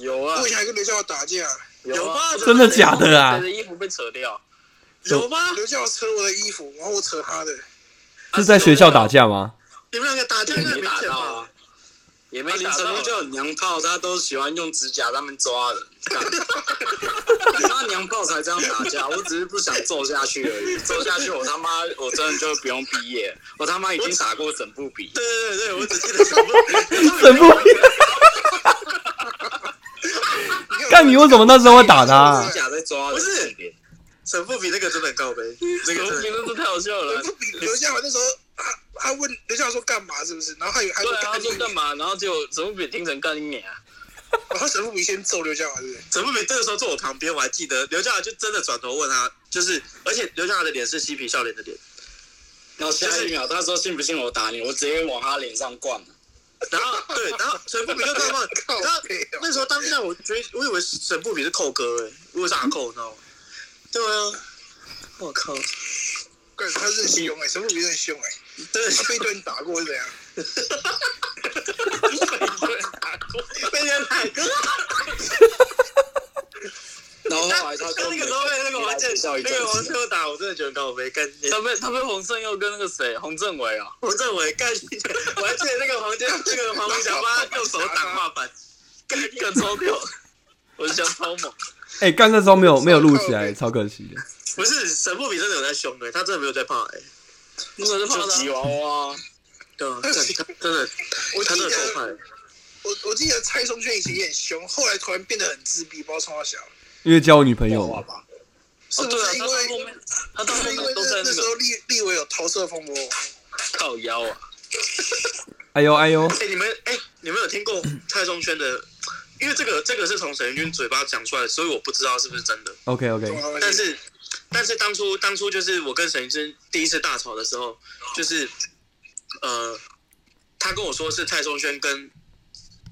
有啊我以，前还跟刘教授打架，有啊，吗？真的假的他啊？的衣服被扯掉，有吗？刘教授扯我的衣服，然后我扯他的，是在学校打架 *laughs* 吗？你们两个打架也很没明打显到吧啊？，也没啊打凌晨到一啊。就就很娘炮，他都喜欢用指甲在那边抓 *laughs* 人。他娘炮才这样打架，我只是不想揍下去而已。揍下去，我他妈我真的就不用毕业，我他妈已经打过整部笔。对对对对，我只记得全部。怎不？干你为什么那时候会打 *laughs* 他、指甲在抓人，不是沈富比那个真的很高呗，那个真的这太好笑了 *laughs* 不比刘嘉华那时候，他他问刘嘉华说干嘛是不是？然后还有还有对啊，他干说干嘛？嘛？然后就怎么比听成干你啊？然后哦神父比先揍刘家华，对不对？陈富平这个时候坐我旁边，我还记得刘嘉华就真的转头问他，就是而且刘嘉华的脸是嬉皮笑脸的脸，然后下一秒他说信不信我打你，我直接往他脸上灌了。然后对，然后沈富比 *laughs* 就看到， *laughs* 靠然后背哦那时候当下我觉得我以为沈富比是扣哥哎、欸，我以为是阿扣，你知道吗？对啊，我靠，干他是很凶哎，神父比很凶哎，对，他被一顿打过是怎样？被人打过。然后后他来他他那个时候被那个王建那个王建佑打，我真的觉得很高飞，干他被他被洪胜佑跟那个谁洪政伟啊，洪政伟干，我还记得那个黄建那个黄伟翔把他用手挡画板，干更超屌，我就想超猛。哎、干那时候没有没有录起 *laughs* 来，超可惜的。不是沈富比真的有在凶哎、他真的没有在怕哎、那个是怕吉娃娃，对啊，干他真的我他记真的够得派。我我记得蔡松轩以前也很凶，后来突然变得很自闭，不知道从哪小，因为交我女朋友嘛，吧？是哦，不对啊是，因他到后为面他到是后不是因为面都那在那那时个候立立委有桃色风波？靠腰啊。哎呦哎呦，哎、你们哎、你们有听过蔡宗轩的？因为这个这个是从沈云军嘴巴讲出来的，所以我不知道是不是真的。 OK OK，但是但是当初当初就是我跟沈云军第一次大吵的时候，就是呃，他跟我说是蔡宗轩跟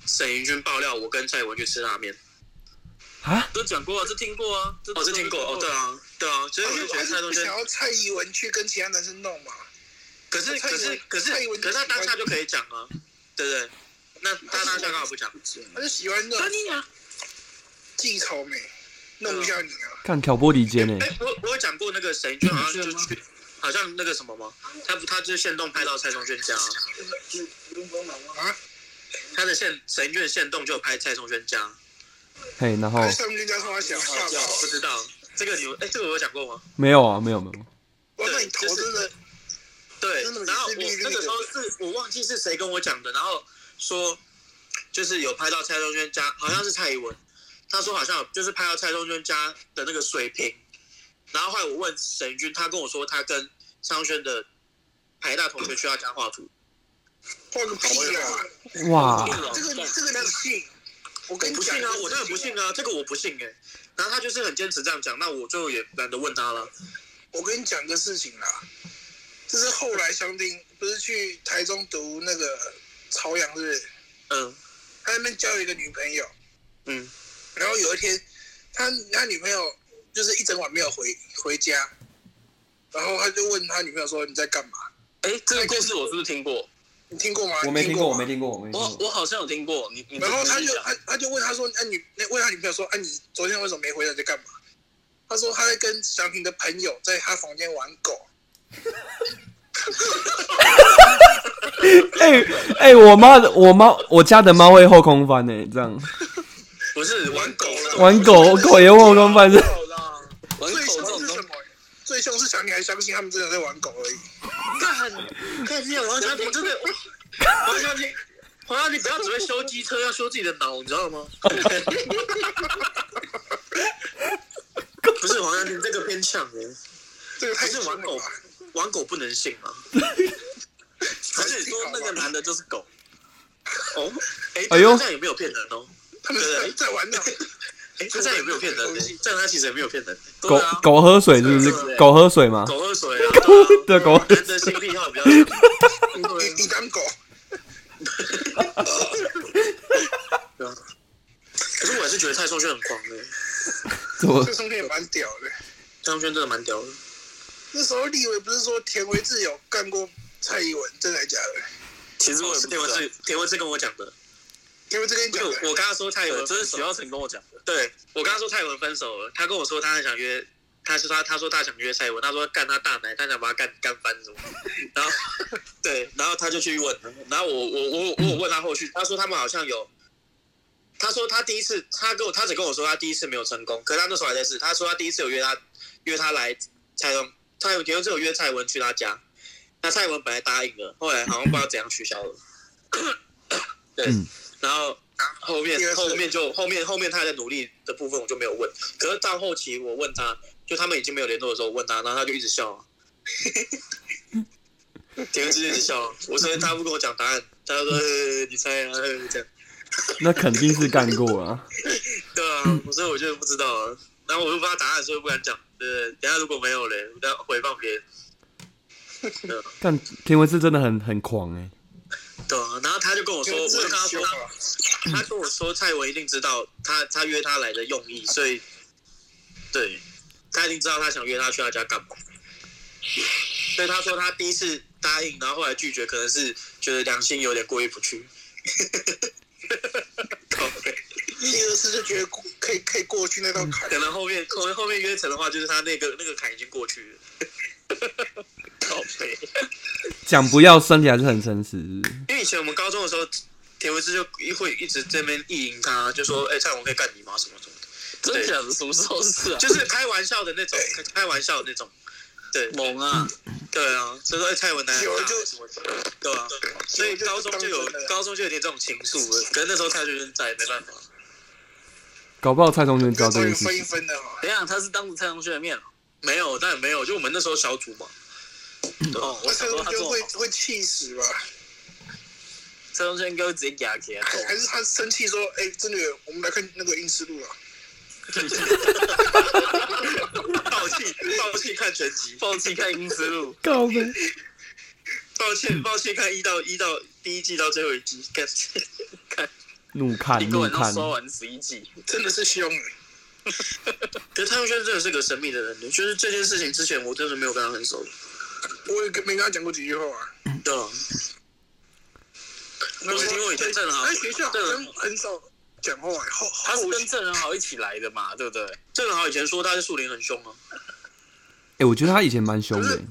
沈云军爆料我跟蔡文去吃拉面。都讲过啊，这听过啊，这哦，是听过哦，对啊，对啊，所以他我就就觉他得蔡就不宗想轩，要蔡依文去跟其他男生弄嘛？可是蔡可依是文可是蔡依文可是他当下就可以讲啊，对不对？那他当下干嘛不讲？他就喜欢那种记仇美，弄一下你啊！看挑拨离间欸呢、哎、我我有讲过那个沈云军好像就去，好像那个什么吗？他不他就是现动拍到蔡宗轩家、啊，啊，他的现沈云军的现动就有拍蔡宗轩家，啊嘿，然后他蔡松轩家从哪小？吓到不知道这个你们哎、这个我有讲过吗？没有啊，没有没有，我那你头真的对真的，然后是绿我绿那的个时候是我忘记是谁跟我讲的，然后说就是有拍到蔡宗轩家，好像是蔡依文，他说好像有就是拍到蔡宗轩家的那个水平，然后后来我问沈军，他跟我说他跟商轩的台大同学去他家画图，画个屁啊！哇，这个这个你信？我跟我你不讲，信啊，我真的不信啊，这个我不信哎、然后他就是很坚持这样讲，那我就也懒得问他了。我跟你讲个事情啦，就是后来香丁不是去台中读那个朝阳，是不是？嗯，他那边交了一个女朋友，嗯，然后有一天，他他女朋友就是一整晚没有回回家，然后他就问他女朋友说你在干嘛？哎，这个故事我是不是听过？你听过吗？我没你听过，过我吗没。听过，我嗯没听我过。我好像有听过，你你然后他就讲他他就问他说，哎、你那问他女朋友说，哎、你昨天为什么没回来？你在干嘛？他说他在跟祥平的朋友在他房间玩狗。 *laughs* 哎、哎、我妈的，我妈我家的猫会后空翻呢、这样不是玩狗了，玩狗狗也会后空翻是，狗啦！玩最口凶这种是东什西，么？最凶是祥平还相信他们真的在玩狗而已。看你王小平真的，王小平，黄小平不要只会修机车，要修自己的脑，你知道吗？ *laughs* 不是黄小平这个偏呛人，这个还太是凶玩了狗吧？，玩狗不能信吗？还是你说那个男的就是狗？哦，哎，哎呦这样也没有骗人哦，他们 *laughs* 在在玩呢。哎，他这样也没有骗人，哎这样他其实也没有骗人，狗对啊，狗喝水是不是？狗喝水吗？狗喝水啊， *laughs* 对，狗喝男的性癖好比较强，你你 *laughs* 当狗，可是我还是觉得蔡松轩很狂的，怎么这中间也蛮屌的。蔡松轩真的蛮屌的。那时候立伟不是说田维志有干过蔡依文，真的假的？其实也我是不知田道文志，田文志跟我讲的，田维志跟你因讲为的，我我跟他说蔡有对，文这分是手许，耀成跟我讲的。对我跟他说蔡文分手了，他跟我说他很想约，他说他他说他想约蔡文，他说干他大奶，他想把他干干翻什么，然后 *laughs* 对，然后他就去问，然后我我我我有问他后续，他说他们好像有，他说他第一次他跟我他只跟我说他第一次没有成功，可是他那时候还在试，他说他第一次有约他约他来蔡文蔡文田文志有约蔡文去他家，那蔡文本来答应了，后来好像不知道怎样取消了，对，嗯然后。后面第二次后面就后面后面他的努力的部分我就没有问，可是到后期我问他，就他们已经没有联络的时候，我问他，然后他就一直笑、啊，田文志一直笑、啊，我甚至他不跟我讲答案，他就说、呃、你猜啊、呃这样，那肯定是干过啊。对啊，所以我就不知道啊。然后我又不知道答案，所以不敢讲。对，等一下如果没有嘞，那回放别人。对啊但田文是真的很很狂哎、对啊，然后他就啊跟我说，我就跟他说，啊他跟我说蔡文一定知道他他约他来的用意，所以对他一定知道他想约他去他家干嘛。所以他说他第一次答应，然后后来拒绝，可能是觉得良心有点过意不去。靠北第二次就觉得过可以可以过去那道 *laughs* 坎可，能后面后面后面约成的话，就是他那个那个坎已经过去了。靠背，讲不要身体还是很诚实，是不是因为以前我们高中的时候，田文志就会一直这边意淫他，就说：“哎、蔡文可以干你吗？什么什么的，嗯真的假的？什么时候是啊？就是开玩笑的那 *laughs* 种，开开玩笑的那种。”对猛啊！对啊，所以说哎、蔡文男人有人就大什么的对啊，所以高中就有啊高中就有点这种情愫了，可是那时候蔡学轩在，没办法。搞不好蔡宗元知道这终于件事分一情。分了哦哈。等一哎下，他是当着蔡同学的面哦没有，但没有，就我们那时候小组嘛。哦，我那想蔡说东他就做会会气死吧？蔡同学应该会直接压 *laughs* 起来。还是他生气说：“哎，真的，我们来看那个《阴尸路》啊。暴气暴气看全集，放弃看《英之路》，告呗，抱 *laughs* 歉抱歉看一到一到第一季到最后一季，看怒看一个怒晚上看，刷完十一季，”真的是凶欸哎， *laughs* 可是蔡文轩真的是个神秘的人，就是这件事情之前我真的没有跟他很熟。我也跟没跟他讲过几句话啊。对啊，那我是听我以前郑哎在好，学校好郑像很少讲话欸，后他是后跟郑仁豪一起来的嘛，对不对？郑好以前说他是树林很凶啊，哎、我觉得他以前蛮凶的、欸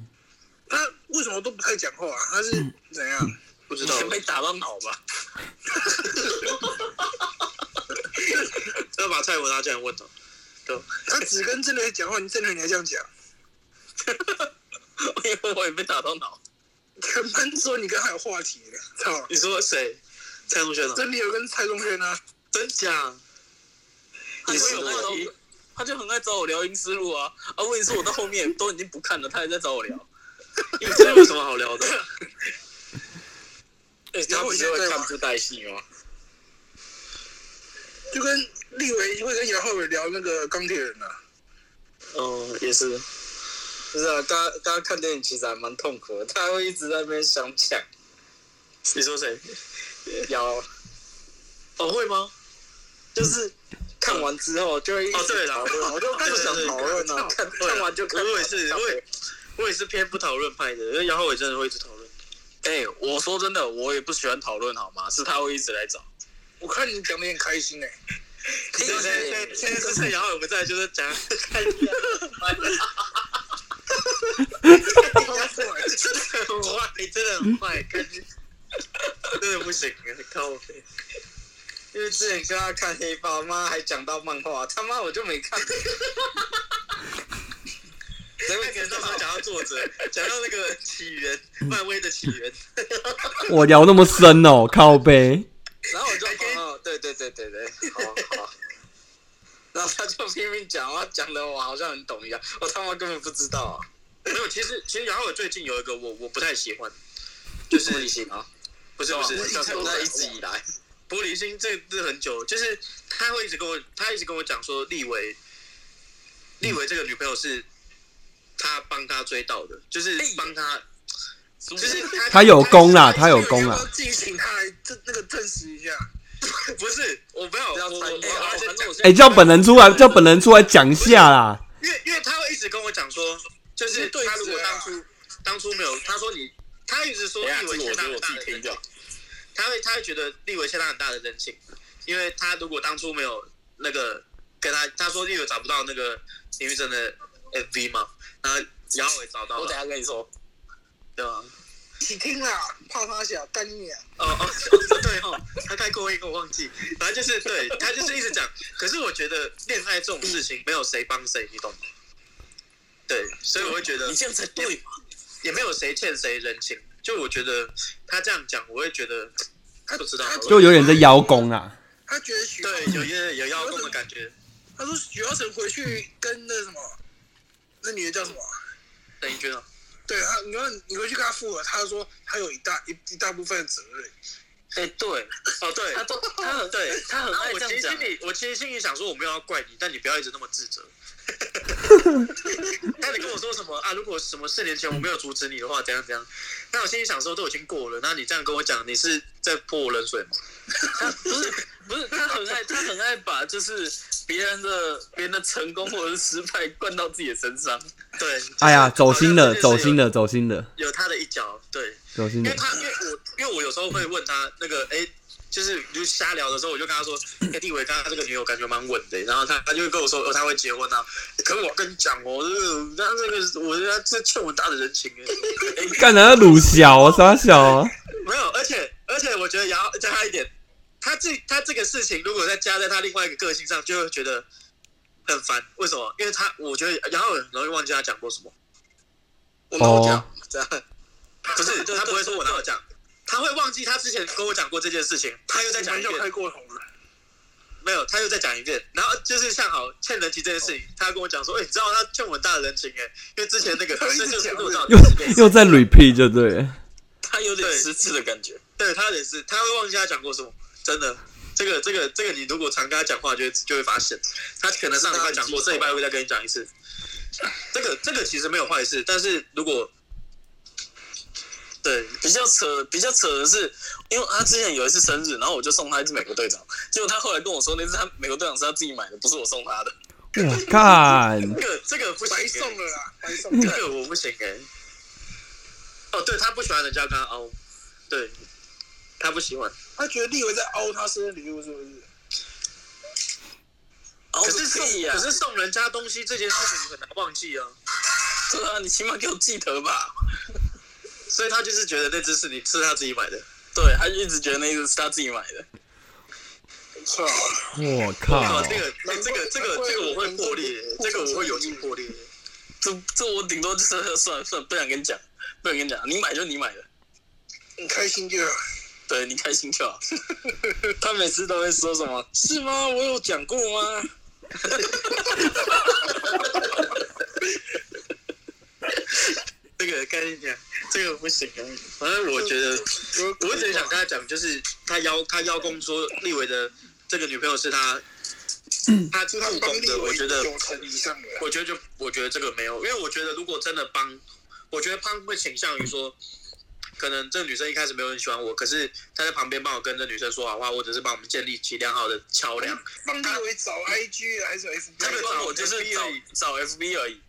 他为什么都不太讲话啊？他是怎样？不知以道前被打到脑吧？ *laughs* 要把蔡文拿进来问他。他只跟郑磊讲话，你郑磊你还这样讲？因为 *laughs* 我也被打到脑。全班说你跟他有话题了，操！你说谁？蔡同学呢？真的有跟蔡宗轩啊，真假？他就你是很爱找我我，他就很爱找我聊《英之路》啊。啊，问题是我到后面都已经不看了，他还在找我聊。 *laughs* 你这有什么好聊 *laughs* 的？对，哎他不是会看布袋戏吗？就跟立维会跟姚浩伟聊那个钢铁人啊。哦，也是。不是啊，刚刚刚看电影其实还蛮痛苦的，他会一直在那边想抢你说谁？要，哦，会吗？就是看完之后就会一哦，对了，我都不想讨论啊，看对啊看完就看完。我也是，我也我也是偏不讨论派的，因为姚浩伟真的会一直讨论。哎、我说真的，我也不喜欢讨论，好吗？是他会一直来找。我看你讲的很开心哎、现在现在现在是趁姚浩伟不在，就是讲 *laughs* 看一下，真的很坏，真的很坏，看你真的不行，靠北。因为之前跟他看黑豹，妈还讲到漫画，他妈我就没看。难怪可能到时候讲到作者，讲到那个起源，漫威的起源，我聊那么深哦、靠呗。然后我就哦，对对对对对，好好。 *laughs* 然后他就拼命讲，然后讲的我好像很懂一样，我他妈根本不知道啊！没有，其实其实姚伟最近有一个我我不太喜欢，就是理性啊，不是不是，我是那一直以来，玻璃心这这很久，就是他会一直跟我，他一直跟我讲说，立维，立维这个女朋友是他帮他追到的，就是帮他，就就是他他有功啦，他有功要啦不要。自己请他来证那个证实一下？不是我没有，我我我要先讲，哎、叫本人出来，叫本人出来讲一下啦。因为因为他会一直跟我讲说，就是对他如果峙啊当初当初没有，他说你，他一直说立维欠他很大的人情，他会他会觉得立维欠他很大的人情，因为他如果当初没有那个跟他，他说立维找不到那个林玉珍的 MV 嘛，然后姚伟找到我等了，下跟你说，对吗？你听啦，怕他小干你啊！哦哦， *laughs* 对哦，他太过一个我忘记，反正就是对他就是一直讲。可是我觉得恋爱这种事情没有谁帮谁，你懂吗？对，所以我会觉得你这样才对嘛？也没有谁欠谁人情。就我觉得他这样讲，我会觉得他不知道他就有点在邀功啊。他觉得许对有些有邀功的感觉。他说许耀成回去跟那什么，那女的叫什么啊？等一军啊，对他，你说你回去跟他复合，他说他有一大一一大部分的责任，哎、对，哦，对，他都他很对他很那爱我这其样实讲心。里，我其实心里想说，我没有要怪你，但你不要一直那么自责。 *laughs* 那你跟我说什么啊？如果什么四年前我没有阻止你的话，怎样怎样？那我心里想说，都已经过了，那你这样跟我讲，你是在泼我冷水吗？ *laughs* 他不是不是，他很爱他很爱把就是别人的别人的成功或者是失败灌到自己的身上。 *laughs* 对，就是哎呀，走心了，走心了，了，走心了，有他的一脚，对，走心因了为。他因为我因为我有时候会问他那个哎、就是就瞎聊的时候，我就跟他说，哎、立伟，刚刚这个女友感觉蛮稳的、然后他他就会跟我说，哦，他会结婚啊。可是我跟你讲哦，这个他这个，我觉得他这欠我大的人情、哎干哪乳小啊，傻小啊！没有，而且而且我觉得也要加他一点，他这他这个事情如果再加在他另外一个个性上，就会觉得很烦。为什么？因为他我觉得然后很容易忘记他讲过什么。我没有讲，这样不是，就是他不会说我哪有讲，他会忘记他之前跟我讲过这件事情，他又再讲玩一笑遍，开过头了。没有，他又再讲一遍，然后就是像好欠人情这件事情，他跟我讲说，哎、你知道他欠我很大的人情哎、因为之前那个，他一直这就是讲我到又底是又在 repeat 就对了，他有点对失智的感觉。对他也是，他会忘记他讲过什么，真的。这个这个这个，你如果常跟他讲话，就会就会发现，他可能上礼拜讲过，这礼拜会再跟你讲一次。这个这个其实没有坏事，但是如果对比较扯，比较扯的是，因为他之前有一次生日，然后我就送他一只美国队长，结果他后来跟我说那只他美国队长是他自己买的，不是我送他的。哇干！这个这个不行、白欸送，了啦，白 *laughs* 送。这个我不行哎、哦，对他不喜欢人家跟他凹，对他不喜欢。他觉得立伟在凹他生日礼物，是不是？哦，可是送、屁呀、可是送人家东西这件事情你很难忘记啊， *laughs* 对啊，你起码给我记得吧。 *laughs* 所以他就是觉得那只是你是他自己买的。对，他就一直觉得那只是他自己买的。操！我哇靠，这个哎啊这个这 *laughs* 个这个我会破裂，这个我会有心破裂。这这我顶多就是算了算了，不想跟你讲，不想跟你讲，你买就你买的，你开心就好。对你开心就好。 *laughs* 他每次都会说什么？是吗？我有讲过吗？ *laughs* 这个跟你讲，这个不行啊。反正我觉得，我只是想跟他讲，就是他邀他邀功说立伟的这个女朋友是 *clears throat* 他，他助就他帮攻立的，我伟觉得九成以上的啦。我觉得就我觉得这个没有，因为我觉得如果真的帮，我觉得帮会倾向于说，可能这女生一开始没有很喜欢我，可是她在旁边帮我跟这女生说好话，或者是帮我们建立起良好的桥梁。帮立伟找 IG 还是找他个 FB？跟我就是找找 FB 而已。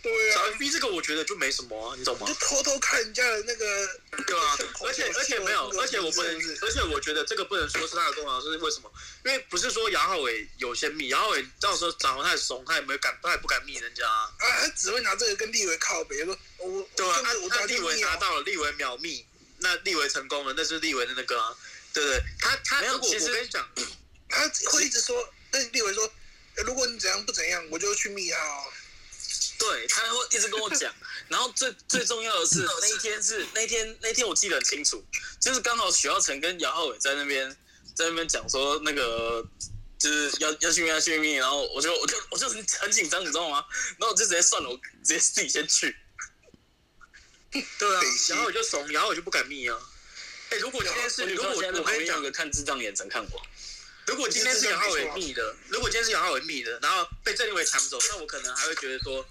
对小啊， FB 这个我觉得就没什么啊，你懂吗就？偷偷看人家的那个。对啊这个，口而且头而且没有这，个而且我不能是不是，而且我觉得这个不能说是他的功劳，是为什么？因为不是说杨浩伟有些密，杨浩伟到时候长得太怂，他也没敢，他也不敢密人家、啊。啊，他只会拿这个跟立伟靠北，说我对啊，我那那立维拿到了，立维秒密，那立维成功了，那是立维的那个啊，对不对？他他没有如果其实我跟你讲，他会一直说跟立伟说，呃如果你怎样不怎样，我就去密他哦。对，他会一直跟我 *laughs* 讲。然后最最重要的是，那一天是那一天那一天我记得很清楚，就是刚好许耀成跟姚浩伟在那边在那边讲说那个就是要要去面要去面，然后我就我就我就很很紧张，你知道吗？然后我就直接算了，我直接自己先去。对啊北西，然后我就怂，然后我就不敢密啊。哎，如果今天是我女如朋果友现我在在我旁跟边你用讲一，个看智障眼神看我，如果今天是杨浩伟密的，如果今天是杨浩伟密的，然后被郑立伟抢走，那我可能还会觉得说，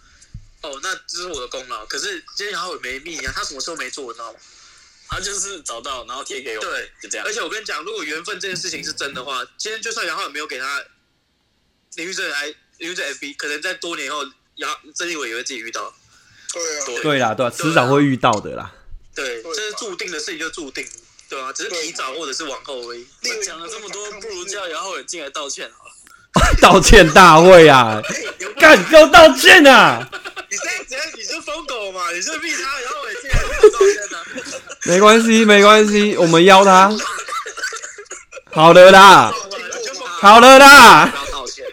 哦，那这是我的功劳。可是今天杨浩伟没密啊，他什么时候没做，你知道吗？他就是找到然后贴给我，对，就这样而。且我跟你讲，如果缘分这件事情是真的话，今天就算杨浩也没有给他林玉正来林玉正 FB，可能在多年后，杨郑立伟也会自己遇到。对啊，对啦，对啦，迟早会遇到的啦。对，对这是注定的事情，就注定，对啊，只是提早或者是往后而已。立我伟讲了这么多，不如叫姚浩伟进来道歉好了。道歉大会啊，干给我道歉啊！你现在只要你是疯狗嘛，你是逼他，然后我进来道歉 *laughs* 的。没关系，没关系，我们邀他。好了啦，你就疯狗，好了啦，要道歉。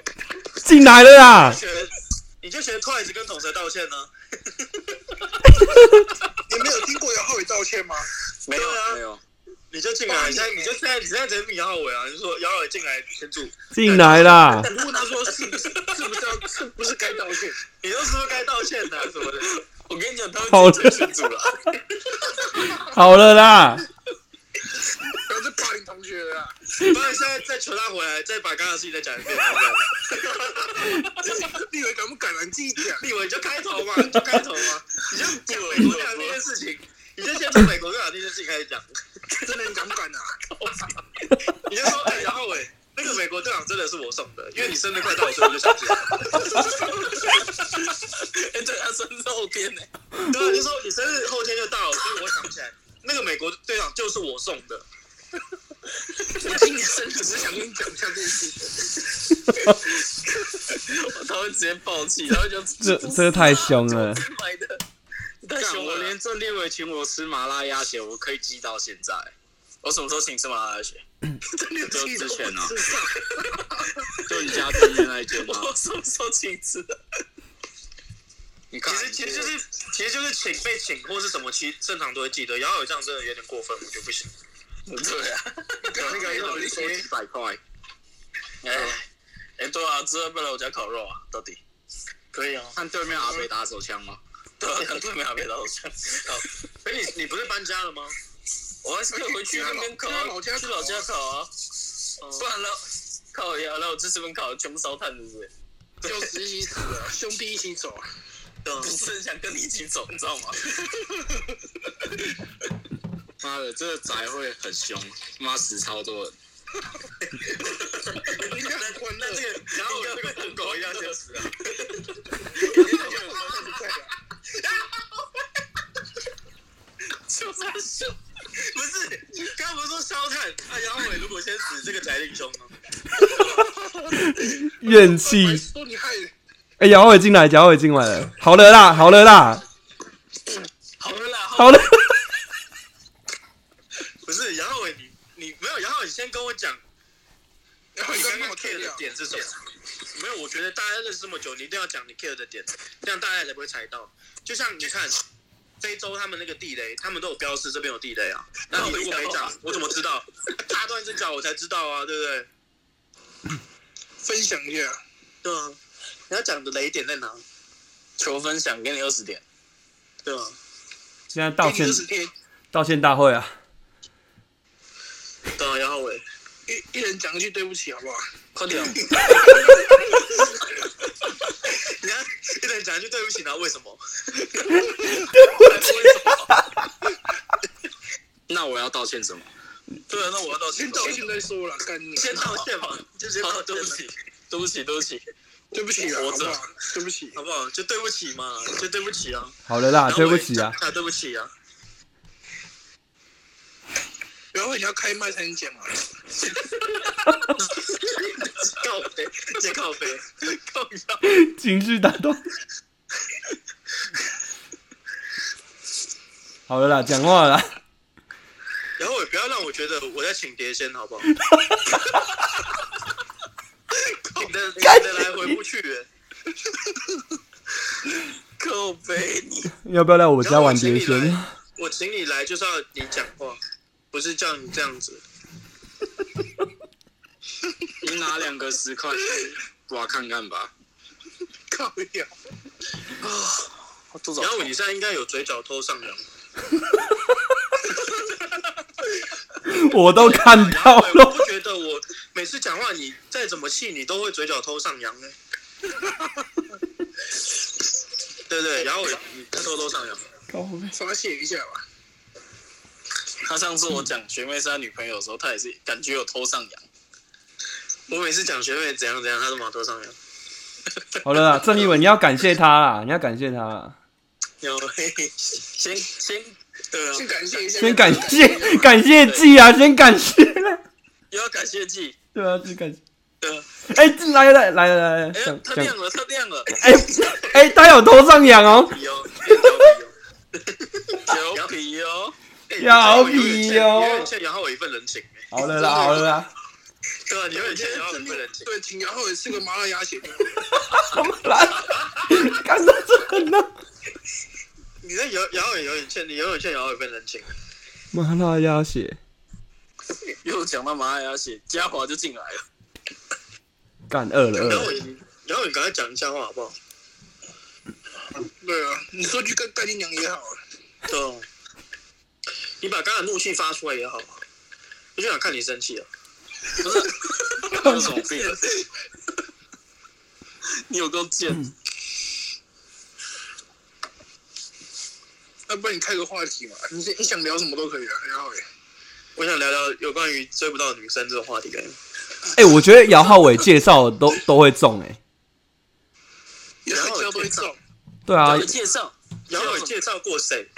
进来了啦。学，你就学 Twice 跟统神道歉呢？你没有听过杨浩宇道歉 *laughs* 吗？没有对啊没有，你就进来，你现在你就现在你现在直接逼杨浩伟啊，你就说杨浩伟进来先住，进来啦，你问他说是不是是不是要是不是该道歉？你说是不是该道歉的、啊、什么的？我跟你讲，他好会的进群组了。好了啦，学啊！不然现在再求他回来，再把刚刚的事情再讲一遍。 *laughs* 立委敢不敢来自己讲？立委你就开头嘛，你就开头嘛，你就 *laughs* 讲美国队长那件事情，你就先从美国队长那件事情开始讲。真的你敢不敢啊？你就说，哎、然后伟，那个美国队长真的是我送的，因为你生日快到，所以我就想这样。 *laughs* 哎、对他生肉片呢、对啊，就说你生日后天就到了，所以我想起来，那个美国队长就是我送的。 *laughs* 我今年生日只是想跟你讲一下这件事情。 *laughs* 他会直接爆气，然后就这这太凶了。买的，太干凶我了。连郑立伟请我吃麻辣鸭血，我可以记到现在。我什么时候请吃麻辣鸭 *laughs* 血？就之前啊，就你家对面那一间 *laughs* 吗我什么时候请吃的？你看，其实其实就是其实就是请被请或是什么，其实正常都会记得。姚友这样真的有点过分，我觉得不 *laughs* 行。对啊，那个有有理理 *laughs* 说几百块，哎、哎、对啊，之后不来我家烤肉啊，到底可以啊。看对面阿可以北打，打手枪吗？对啊，看对面阿北打手枪。哎，你你不是搬家了吗？我还是可以回去那边烤、啊，老家烤啊去老家烤啊，哦不然呢，烤鸭，然后我这这边烤全部烧炭，是不是？就是一起死 *laughs* 啊，兄弟一起走啊！不是很想跟你一起走，你知道吗？ *laughs* 妈的，这个宅会很凶，妈死超多人。你敢关那那这个，然后我这个疯狗一样先 *laughs* 死啊！就在笑，不是，刚刚不是说烧炭？啊，杨伟如果先死，这个宅令凶吗？怨气。说你害人，哎、姚伟进来，姚伟进来了。好了啦，好了啦，好了啦，好好了。不是，杨伟你你没有杨伟，你先跟我讲，然后你你刚刚刚刚我 care 退的掉，点是什么？没有，我觉得大家认识这么久，你一定要讲你 care 的点，这样大家才不会猜到。就像你看非洲他们那个地雷，他们都有标示这边有地雷啊。那你如果没讲，我怎么知道？大段只讲我才知道啊，对不对？分享一下。对啊，你要讲的雷点在哪？求分享，给你二十点。对啊，现在道给歉你二十天，道歉大会啊！对啊，杨伟，一一人讲一句对不起，好不好？快点，你看一人讲一句对不起，然后为什么？那我要道歉什么？对啊，那我要道歉先了，道歉再说了，*laughs* 干你。先道歉吧，就直接好，道对歉不了起，对不起，对不起。对不起啊，我好知不道好？对不起，好不好？就对不起嘛，就对不起啊。好了啦，然后对不我也起啊讲，一下对不起啊。然后你要开麦才能讲啊。告白，接告白，告白。情绪打断。好了啦，讲话了啦，然后也不要让我觉得我在请碟仙，好不好？请的请的来回不去、欸，靠背你，要不要来我家玩碟然后我请你仙？来我请你来就是要你讲话，不是叫你这样子。你拿两个十块，我看看吧。靠呀！我多少然？后你现在应该有嘴角偷上扬， *laughs* 我都看到对我了，不觉得我每次讲话你再怎么气，你都会嘴角偷上扬呢、对不对，然后我你偷偷上扬。发泄一下吧。他上次我讲学妹是他女朋友的时候，他也是感觉有偷上扬。我每次讲学妹怎样怎样，她都往头上扬。好了啦，郑义文，你要感谢他啦，你要感谢他啦，有，嘿嘿先先对啊，先感谢一下，先感谢 *laughs* 感谢季啊，先感谢啦。又要感谢季，对啊，先感谢。对啊，哎、来来来来来，哎讲呦，他讲，亮了，他亮 *laughs* 了，哎哎，他有头上痒哦，皮哦，有皮哦，要有皮皮哦哦，你有欠杨浩伟一份人情，好了啦，好了啦。对啊，你有我觉欠得杨浩伟真一的份人情，对，请然后也吃个麻辣鸭血，怎么来？看到这个呢？你那杨杨浩伟有点欠，你有点欠杨浩伟一份人情，麻辣鸭血，又讲到麻辣鸭血，嘉华就进来了。干饿了饿杨浩了。伟，杨浩伟赶快讲一下话好不好？对啊，你说句干干爹娘也好啊，对啊，你把刚才怒气发出来也好啊，我就想看你生气啊。不是，你有什啊么病？你有够贱！要不然你开个话题嘛，你你想聊什么都可以啊，很好哎。我想聊聊有关于追不到女生这种话题可以吗，哎、我觉得姚浩伟介绍的都都会中哎、有然后教都会中，对啊我，的介绍，然后有介绍过谁？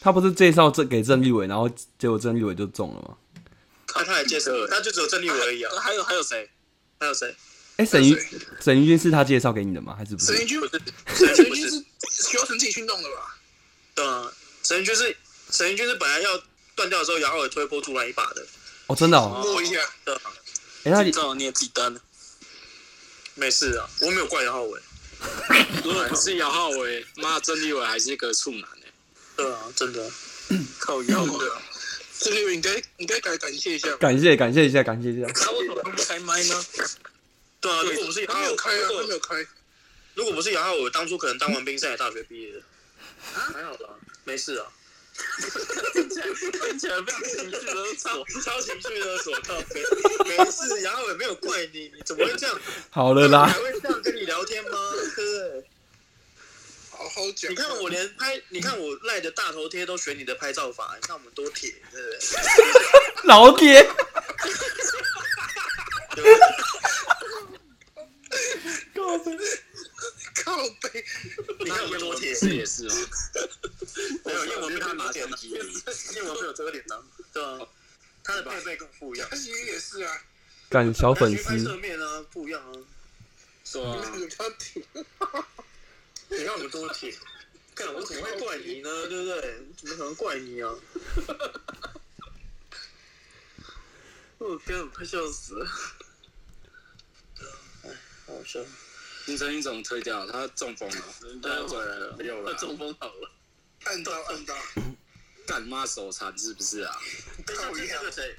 他不是介绍这给郑立伟，然后结果郑立伟就中了吗？那他也介绍了，那就只有郑立伟而已啊。还有还有谁？还有谁？哎、沈于沈于君是他介绍给你的吗？还是不沈云是？君不，是，沈沈云云君君是，是姚晨自己去弄的吧？对啊，沈云君是沈云君是本来要断掉的时候，姚浩伟推波助澜一把的，哦，真的哦，摸一下，对啊，哎、他你知道你也自己担了。没事啊，我没有怪姚浩伟，如果不是姚浩伟，妈郑立伟还是个处男呢、对啊，真的。靠腰啊！这个应该应该感感谢一下吧。感谢感谢一下，感谢一下。他为什么不开麦呢？对啊，如果不是姚他浩没有开伟，啊，如他没果有开。如果不是姚浩伟，当初可能当完兵上也大学毕业的，还好啦，没事啊。听起来非常情绪勒索。 *laughs* 超情绪勒索，靠 *laughs* 背，没事，然后也没有怪你，你怎么会这 *laughs* 样？好了啦还，会这样跟你聊天吗？对不对？好好讲。啊你看我连 *laughs* 拍，你看我赖的大头贴都选你的拍照法，欸你看我们多铁，对不对？ *laughs* 老铁，靠背，你看我们多铁，是也啊是哦，没有，因为我没有遮脸呢，因为我没有遮脸呢，对啊，他的配备更不一样他，其实也是啊，干小他粉去拍侧丝，面啊，不一样啊。是吧？他挺你看我们多铁，看我怎么会怪你呢？对不对？怎么可能怪你啊？我哦天，啊我快笑死了。哎，好笑。金城英怎么推掉？他中风了，他啊要回来了，又那来。中风好了。按到按到，干妈手残是不是啊？但靠是腰那个谁，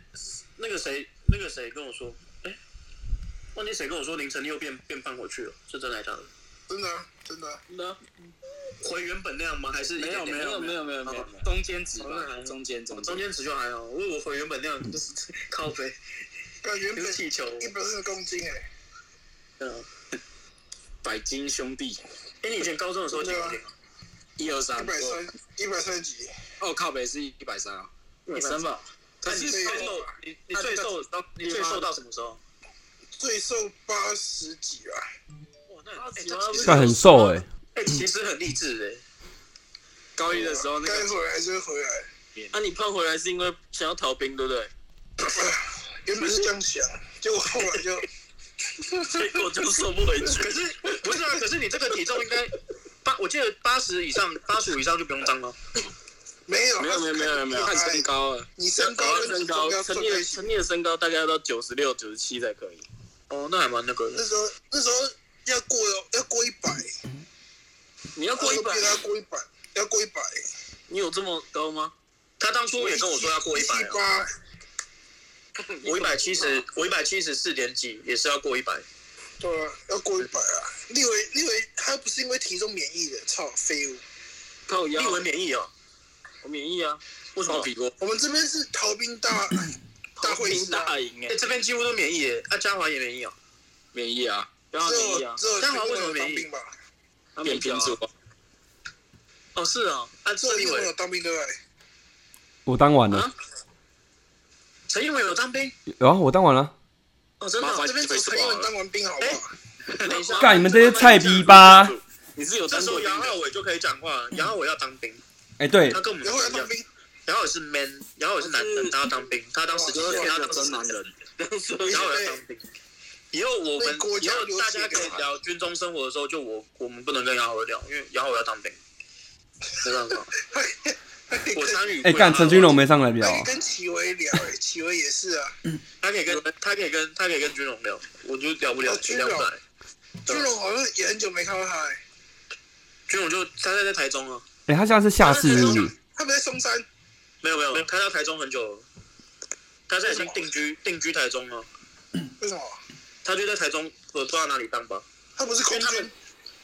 那个谁，那个谁跟我说，哎、忘记谁跟我说凌晨又变变胖回去了，是真的还是假的？真的啊真的啊。那回原本那样吗？还是一没点有点没有没有没有没有好，中间值好吧那还，中间中中间。间值就还好，因为我回原本那样就是靠 *laughs* 背，但原就本是气球。一百四十公斤哎，对啊百金兄弟哎、你以前高中的时候几公斤啊？一二一三，百三一百三十几，哦靠北是一百三啊，一百三吧。那你最可是瘦，你你最瘦到你最瘦到什么时候？最瘦八十几吧。哇，那哎、这其实干很瘦哎、哎、其实很励志哎、 *laughs* 高一的时候那该个，回来 *laughs* 就回来，那啊你胖回来是因为想要逃兵，对 *laughs* 不对？原本是这样想，结果后来就所以我就瘦不回去。可是不是啊？可是你这个体重应该八，我记得八十以上、八十五以上就不用当了。没有没有没有没有没有，看身高了，你身高跟身体重高，要陈算立在的一起陈。立的身高大概要到九十六、九十七才可以。哦，那还蛮那个那的。时候那时候要过要过一百，你要过一百啊呃那，时候比他过一百，要过一百，你有这么高吗？他当初也跟我说要过一百、一啊，八，我一百七十，我一百七十四点几，也是要过一百。对啊，要过一百啊。立伟立伟他不是因为体重免疫的，操废物。靠腰啊立，文免疫哦，我免疫啊，为什么比过？我们这边是逃兵大大会兵师啊，大赢哎、哎，这边几乎都免疫耶，啊，嘉华也免疫哦，免疫啊，然后只免疫有啊，只有嘉华为什么有免当疫兵吧？他扁平足，哦，是哦，啊，只有郑立立伟有文，当兵对不对？我当完了啊，陈立文有当兵，然后、我当完了，哦，真的、麻哦烦，这边只有陈一文当完兵好不好？等一下，干你们这些菜逼吧！你是有这当时过候兵杨的浩伟就可以讲话了，杨浩伟要当兵，哎、对他，跟我们然后要不一当样。兵，杨浩伟是 man，杨浩伟是男人，他要当兵，他当十几年，他他当是真真男男人，人，当时杨浩哎伟要 *laughs* 当兵。以后我们被国以家后流大血家可以了聊军中生活的时候，就我我们不能跟杨浩伟聊，因为杨浩伟要当兵，没办法。我参与。哎、干陈君龙，没上来表、还可以啊，跟启维聊，哎，启维也是啊，他可以跟他可以跟他可以跟军龙聊，我就聊不了，哦军聊荣不来。军荣好像也很久没看到他，哎，军龙就他在在台中啊，哎、他现在是下士是不是？他们在松山，没有没有，他到台中很久了，他现在已经定居定居台中了，为什么？他就在台中，我不知道哪里当吧。他不是空因为他们军，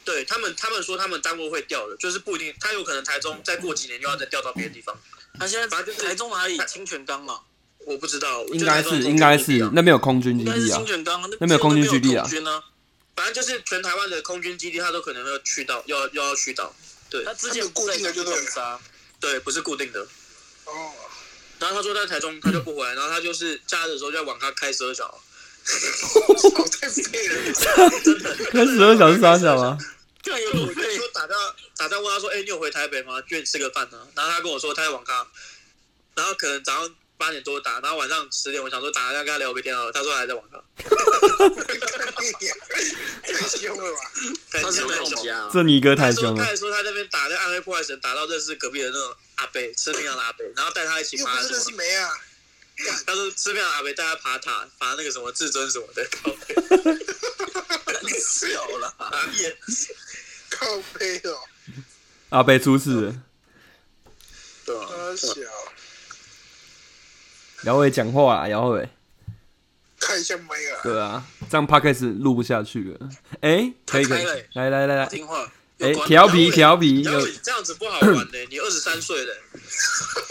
对他们，他们说他们单位会调的，就是不一定，他有可能台中再过几年又要再调到别的地方。他现在台中哪里？清泉岗嘛，我不知道，我就应该拿到是空军应该基地是啊那边有空军基应该是地啊新，卷刚啊，那边有空军基基地 *laughs* 啊反正就是全台湾的空军基地，它都可能要去到，要要要去到。对他之前不在台中封杀，啊对，不是固定的。哦，然后他说在台中，他就不回来，然后他就是假日的时候就在网咖开十二小时，操，哦太废了！开始二小时啊傻小吗？就有我跟你说打电话打电话问他说，哎、你有回台北吗？去吃个饭呢、然后他跟我说他在网咖，然后可能早上八点多打，然后晚上十点我想说打一下跟他聊个天啊，他说还在网咖，太凶了吧？他他是在美容家，啊这尼哥他太说凶了他，还说他在那边打那暗黑破坏神，打到认识隔壁的那种阿伯，吃槟榔的阿伯，然后带他一起又爬不什是么认识梅啊，他说吃槟榔的阿伯带他爬塔，爬那个什么至尊什么 *laughs* 的，笑了。阿耶，靠背哦，阿贝出事了，对啊他小，姚伟讲话啊，姚伟，看一下梅啊，对啊，这样 podcast 录不下去了。哎、可以可以他开了，来来来来，听话。哎、有关调皮然后调皮，然有后你这样子不好玩 *coughs* 呢、你二十三岁了，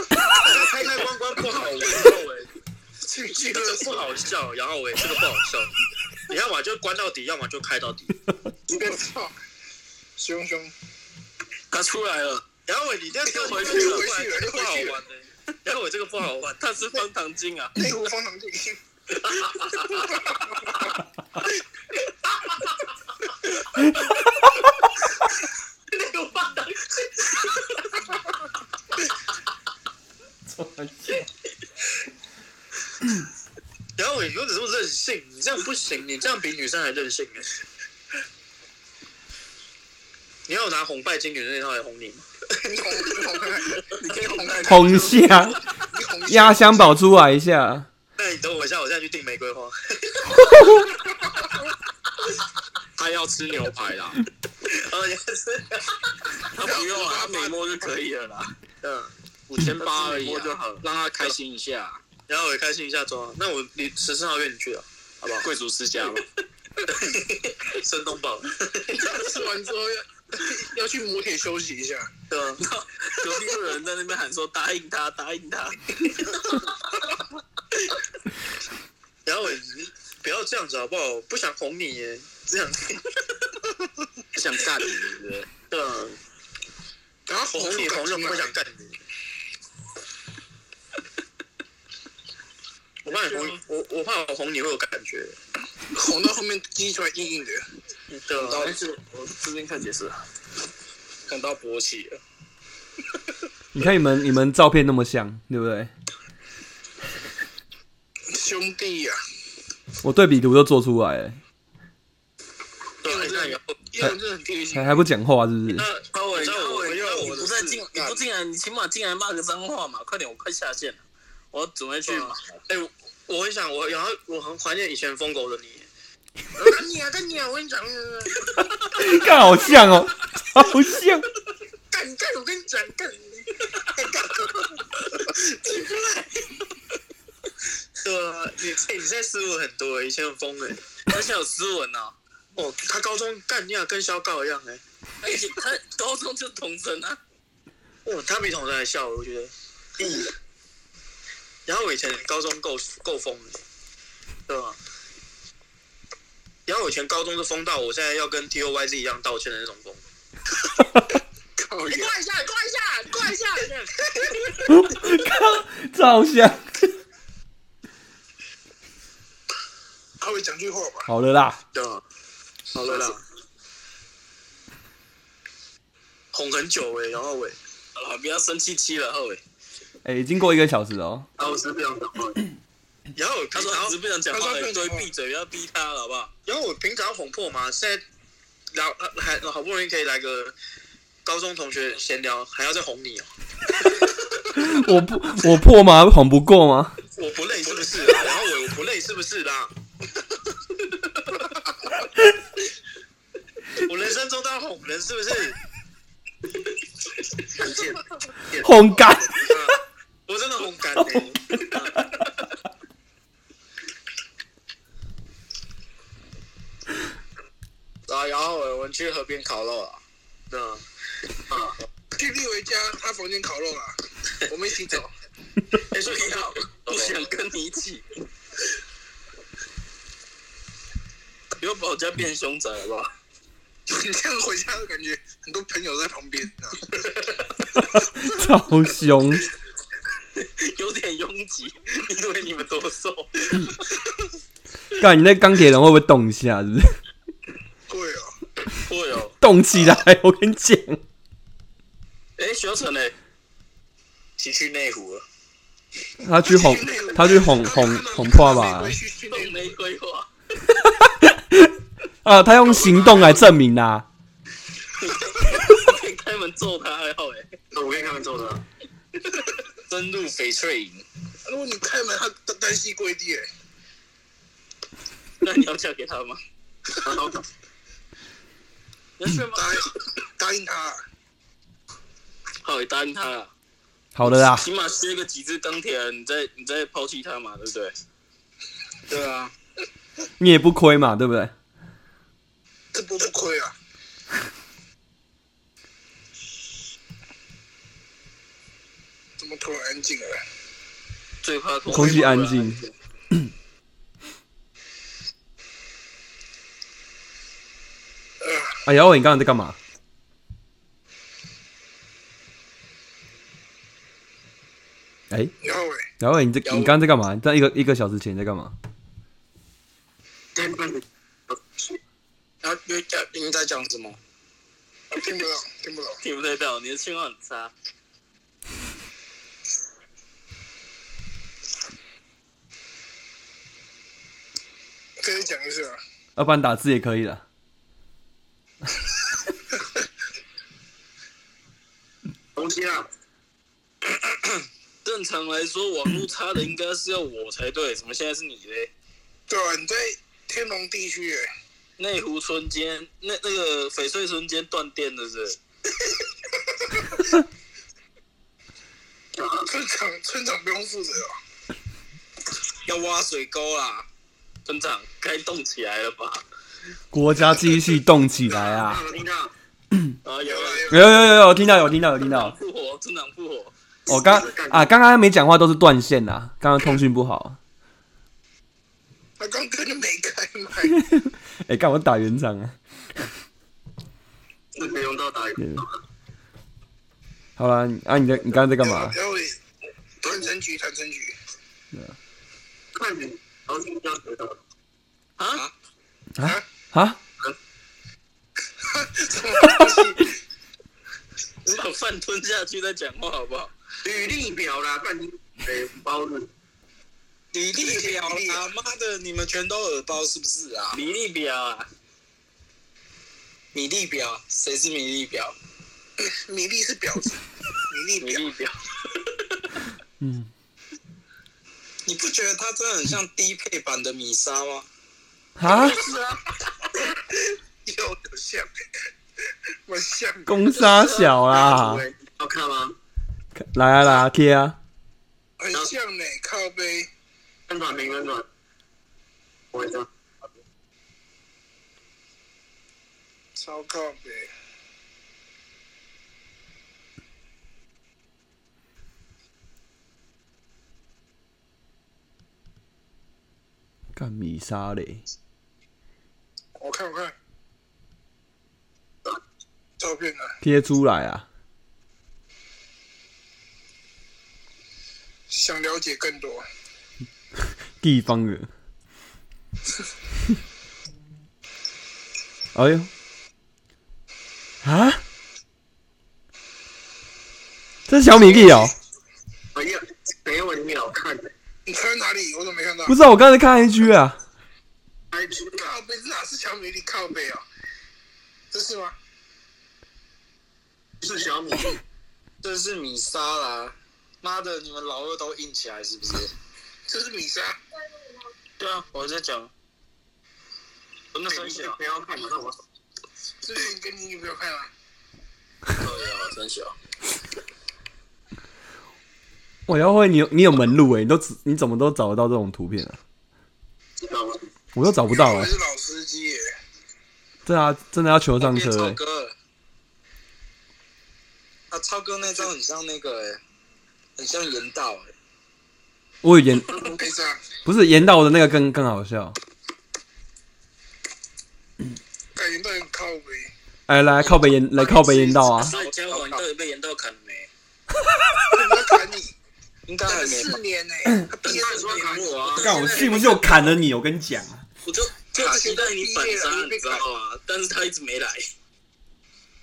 哎开开关关不好玩，杨浩伟，进这去个了， *laughs* 不好笑，杨浩伟，这个不好笑。你要么就关到底，要么就开到底。我操，凶凶，他出来了，杨浩伟，你这样跳回去又了，回去这了又个不回好去了玩呢、杨浩伟，这个不好玩，他是方糖精啊，内湖方糖镜，杨浩伟，你有点这么任性，你这样不行，你这样比女生还任性呢、你要拿红拜金女生那套来哄你吗？你红你红开，你可以红开，红虾你红一 *laughs* 下压箱宝出来一下，那哎你等我一下，我现在去订玫瑰花。 *laughs* 他要吃牛排啦，哦，也是， *laughs* 他不用啊，他美摸就可以了啦，嗯。五千八而已他自己摸就啊好了，让他开心一下，然后我也开心一下抓，那我你十四号约你去啊，好不好？贵族世家嘛，申东宝，吃完之后要要去磨铁休息一下，对吧？ *laughs* 隔壁有人在那边喊说答应他，答应他， *laughs* 然后我不要这样子好不好？我不想哄你耶，这样想干你，对不对？对吧？然后哄你哄人人不想干你。我怕你哄你我，我怕我哄你会有感觉，红到后面鸡出来硬硬的，对啊吧？但是我这边看解释，感到勃起了，你看你们你们照片那么像，对不对？兄弟呀、啊，我对比图都做出来了，对吧？那以后因为我真的很贴心，还还不讲话是不是？那阿伟，你知道阿我伟，因为你我的不再事进，你干不进来，你起码进来骂个脏话嘛！快点，我快下线了，我准备去对买啊了。哎、我我很想，我然后我很怀念以前疯狗的 *laughs* 你。干你啊干你啊！我跟你讲，呃看好像哦， *laughs* 好像，干干我跟你讲干你干起来，对啊，你哎、你现在斯文很多、以前很疯哎、 *laughs* 而且有斯文啊，哦，他高中干你俩跟肖告一样哎、而且他高中就同生啊， *laughs* 哦，他比同学还笑，我 *laughs* 觉得。嗯。然后我以前高中够够疯的，对吧？然后我以前高中是疯到我现在要跟 T O Y Z 一样道歉的那种疯。靠呀！一下，过一下，过一下。照相。他会讲句话吧？好了啦，对吧？好了啦。哄很久哎、然后喂，好了，不要生气气了，后欸伟。哎、已经过一个小时了哦。然后我是不想讲话。然后我他平说常他只是不想讲话他而说已，不所以想讲话闭嘴，不要逼他了，好不好？嗯然后我平常哄破嘛，现在聊还好不容易可以来个高中同学闲聊，还要再哄你哦。我不，我破吗？哄不过吗？我不累是不是啊啦？ *laughs* 然后我我不累是不是啦？ *laughs* 我人生中当然哄人是不是？很贱哄干。啊我真的欸很感动。 *laughs* 啊，然后我们去河边烤肉了。嗯，去啊立维家他房间烤肉啦，我们一起走。哎、所以你好，不想跟起。不要把我家变凶宅好不好？你这样回家的感觉，很多朋友在旁边，啊超凶，有点拥挤，因为你们多瘦。干你那钢铁人会不会动一下？是不是会哦。会哦，动起来？我跟你讲，哎，徐晨嘞，骑去内湖了，他去哄，他去哄哄哄破吧回。去训练动没规划，啊，他用行动来证明啦、啊开门揍他还好哎，那我跟你开玩笑的啊，深入翡翠营，如果你开门，他单单膝跪地，哎那你要嫁给他吗？然后你要去吗？答应答应他，啊好，你答应他了，好的啊啦，起码削个几只钢铁人，你再你再抛弃他嘛，对不对？对啊，你也不亏嘛，对不对？这波不亏啊。 *laughs* 怎么突然安静了？最怕空空气安静。呃啊，姚伟，你刚刚在干嘛？哎、然后哎，姚伟，你这你刚刚在干嘛？你在一个一个小时前你在干嘛？跟跟你然后你在你在讲什么？我啊听不懂，听不懂。听不太到，你的信号很差。可以讲一下，要不然打字也可以了。东西啊，正常来说，网络差的应该是要我才对，怎么现在是你嘞？对啊，你在天龙地区，哎，内湖村间那那个翡翠村间断电的是村长村长不用负责哦。要挖水沟啦，村长该动起来了吧？国家机器动起来啊！我听到，啊，有有了啊，有有有有有有听到有听到有听了，到，复活，村长复活，我、刚啊刚刚没讲话都是断线啦，刚刚通讯不好。他刚根本没开麦，哎、干嘛打圆场啊？那可以用到打一个对好啦，你啊你在你刚刚在干嘛？然后哎坦诚局，坦诚局， *laughs* 快点，然后就要得到。啊，啊啊！什么东西？你把饭吞下去再讲话好不好？履历表啦，半斤诶包子，履历表啊，妈的，你们全都耳包是不是啊？比例表啊，米粒表，谁是米粒表？米粒是婊子，米粒比婊，例表，嗯，你不觉得它真的很像低配版的米莎吗？啊，有有像，蛮像的。公杀小啦，喂，要看吗？来啊来啊贴啊！很像呢、靠背。跟暖没跟暖，我一下。超靠北。干米莎嘞，我看我看，照片啊，贴出来啊！想了解更多。地方人。 *laughs* 哎呦，啊！这是小米粒哦、哎呀，哎呀，我里面好看的，你看哪里？我怎么没看到不？是、啊、我刚才看 IG 啊，还出啊，靠背这哪是小米粒靠背啊？这是吗？是小米，这是米莎啦！妈的，你们老二都硬起来是不是？这是米莎，对啊，我在讲，我那时候想，不要看嘛，那我这是你跟你女朋友看啊？对啊，真小，我要会你有你有门路哎、你都只你怎么都找得到这种图片啊？知道吗？我都找不到哎、我是老司机耶，对啊，真的要求上变车哎、超哥了。啊，超哥那欸张很像那个哎、很像人道哎、我有点悲伤。不是岩道的那个更更好笑。感觉到很靠北。 *laughs* 哎，来靠北岩，来靠北岩道啊！那嘉华，你到底被严道砍了没？他要砍你，应该等还了没吧嗯四？年呢、欸，他毕业他都说没砍砍我我。啊！干，我信不信我砍了你？我跟你讲啊，我就就期待你反杀，你知道吗？但是他一直没来。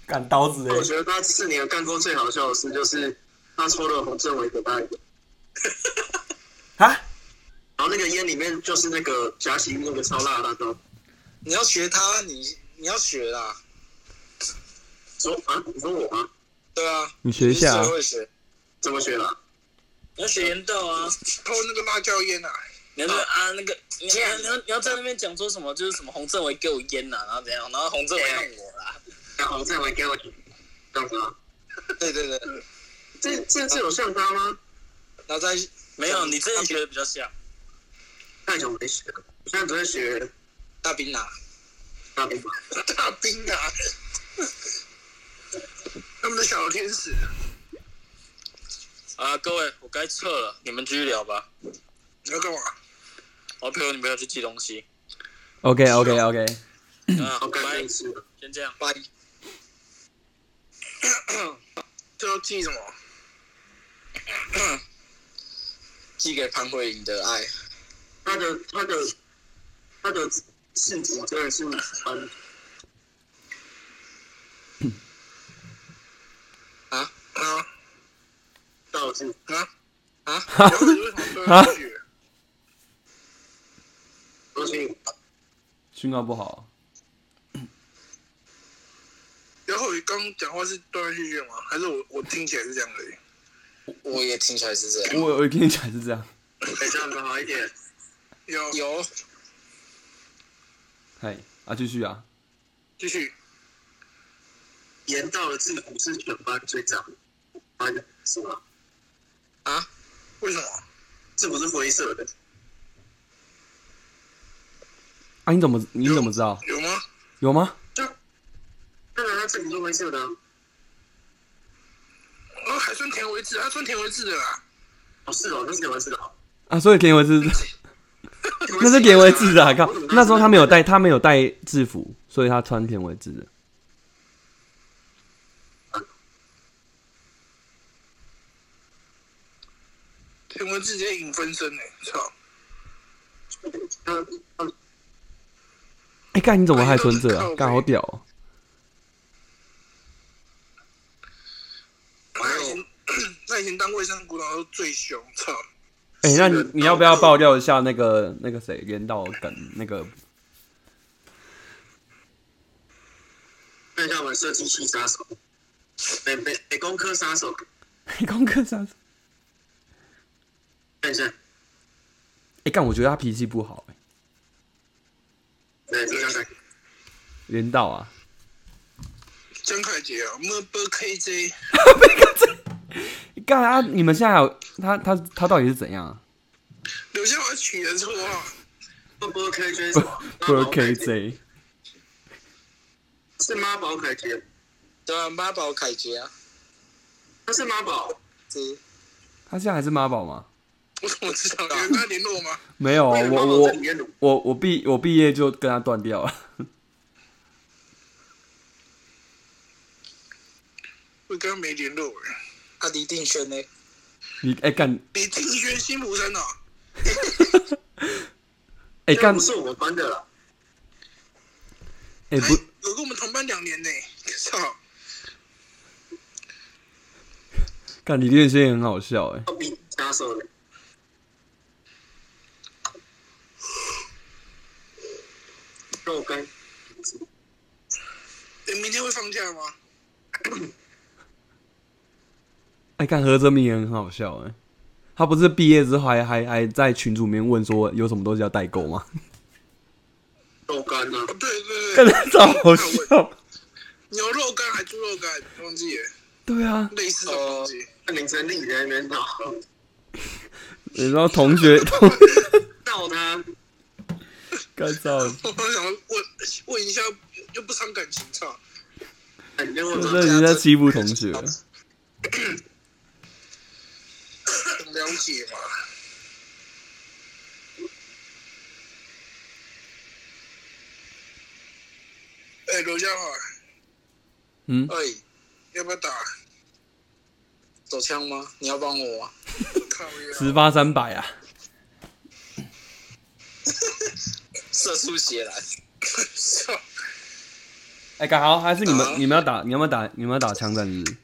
干刀子我哎、觉得他四年干过最好笑的事就是他抽了洪政伟给他一个，啊，然后那个烟里面就是那个夹起那个超辣的辣椒。你要学他，你你要学啦，说啊，你说我吗？对啊，你学一下啊你只会学，怎么学啊啦、你要学严道啊！偷那个辣椒烟啊，你要说啊那个，你你要你要你要在那边讲说什么，就是什么洪政委给我烟呐、然后怎样，然后洪政委让我啦，然后再来给我这样子吗？对对对，这这这有像他吗？然后再没有，你之前学的比较像太久没学了，我现在只会学大兵啊，大兵法。大兵啊， *laughs* 他们的小天使。啊，各位，我该撤了，你们继续聊吧，你要干嘛？我陪我女朋友去寄东 *clears throat* 西， OK OK OK，啊，好，该拜你，吃了。先这样，拜。这要记什么？寄给潘慧颖的爱，他的他的他的性质真的是蛮啊啊道具。啊啊！然后你为什么说要去？而且讯号不好，然后你刚刚讲话是断断续续吗？还是我我听起来是这样而已？我也听起来是这样，我我跟你讲是这样，比较好一点。有有嗨啊，继续啊，继续，盐道的制服是全班最长的，班是吗？啊，为什么？制服是灰色的，啊，你怎么你怎么知道？有吗？有吗？当然他制服是灰色的啊、哦，还算田为止，他算田为止的啦。哦，是哦，那是灰色的哦。啊，所以给我 *laughs* 制，那是给我制的、啊。靠，那时候他没有带，他没有带制服，所以他穿田尾制的。田为止直接影分身呢、操！他他哎、干，你怎么还存着啊？干，好屌、哦！那以 *clears throat* 前那以前当卫生股长都最凶，操！哎、那你你要不要爆料一下那个那个谁连到梗那个？看一下我们设计系杀手，美美美工科杀手， *laughs* 功课啥？看一下，哎，干，我觉得他脾气不好、哎，对，就这样看。连到啊，江凯杰啊，么波 KJ，干啊！你们现在还有他他他到底是怎样、啊？刘宪华取人绰号，不不 K J 不什么？不妈是宝凯 K 杰 J，是妈宝凯杰，对啊，妈宝凯杰啊，他是妈宝，这他现在还是妈宝吗？我怎么知 *laughs* 道？有啊人跟他联络吗？没有，那哦我个妈宝我在里面撸我我毕我毕业就跟他断掉了。 *laughs* 我刚刚没联络哎、阿迪定轩呢？你哎干李定轩新浦山哦，哎干不是我们班的啦，哎哎不，有跟我们同班两年呢、操！哎干李建轩也很好笑哎、要比杀手的。肉干，你明天会放假吗？哎干何泽明也很好笑哎、他不是毕业之后还还还在群组里面问说有什么东西要代购吗？ *laughs* 肉干啊呢、哦，对对干对，超好笑。牛肉干还猪肉干，忘记了，对啊，类似的东西。那凌晨丽在那边闹，你知道同学 *laughs* 同闹他，干超好笑， *laughs* 我想问问一下，又不伤感情，操！肯定真会的你在欺负同学。想了解嘛？哎，罗家华嗯，哎，要不要打？手枪吗？你要帮我吗？靠呀！十发三百啊，射出血来，操！哎、干好还是你们嗯你们要打你们要打你们要打枪战是不是？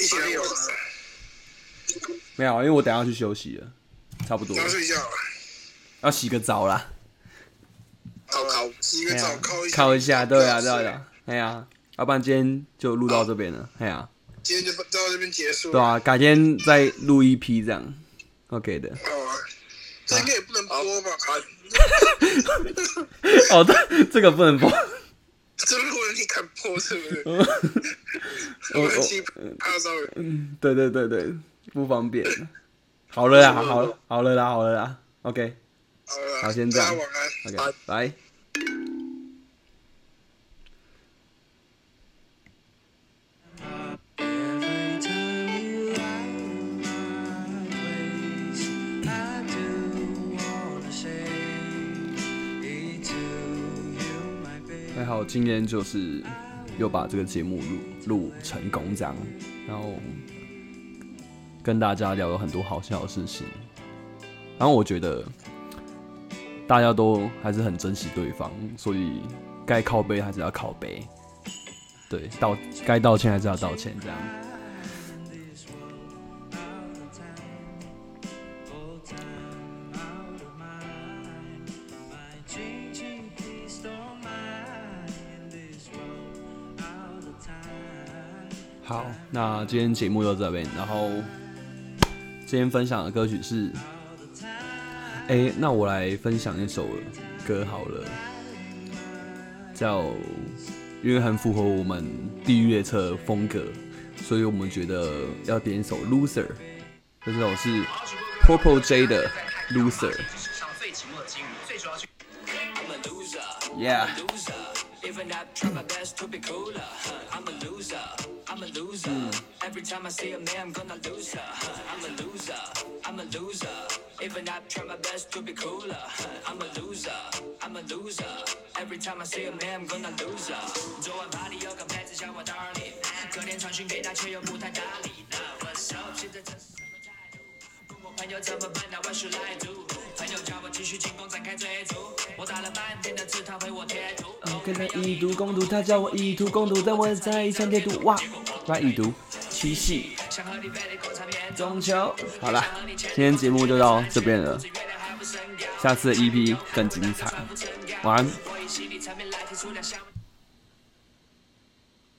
一起来玩啊，没有，因为我等一下要去休息了，差不多了然后睡觉啊，要洗个澡啦，靠靠，洗个哎澡呀，靠一下，靠一下，对啊不对要嗯啊睡对啊，哎呀，要不然今天就录到这边了，哎呀，今天就到这边结束对。啊，改天再录一批这样，OK 的。好啊，这应该也不能播 *laughs* 吧？啊啊哦，这这个不能播，这如果你敢播，是不是？我呃我我七八糟人，对对对对，不方便。好了啦，好了好了啦，好了啦，OK 好了，好先这样大家晚安。 OK，拜。还好今天就是又把这个节目录录成功这样，然后跟大家聊了很多好笑的事情，然后我觉得大家都还是很珍惜对方，所以该靠背还是要靠背，对，道该道歉还是要道歉，这样。好，那今天节目就到这边，然后今天分享的歌曲是哎、那我来分享一首歌好了，叫，因为很符合我们地狱列车的风格，所以我们觉得要点一首《Loser》，这首是 Purple J 的《Loser》。Yeah. Even I try my best to be cooler. huh? I'm a loser. I'm a loser. Every time I see a man, I'm gonna lose her. huh? I'm a loser. I'm a loser. Even I try my best to be cooler. huh? I'm a loser. I'm a loser. Every time I see a man, I'm gonna lose her. 昨晚 party 有个妹子叫我 darling，隔天传讯给她却又不太搭理。那 What's up？现在这是什么态度？问我朋友怎么办？那 What should I do？朋友叫我继续进攻，展开追逐。我打了半天的字，他回我贴图。我跟他以毒攻毒，他叫我以毒攻毒，但我在意上贴毒哇，来以毒，七系想和你背离口常言中秋。好啦，今天节目就到这边了，下次的 EP E 更精彩，晚安。我以心理层面来提出两相。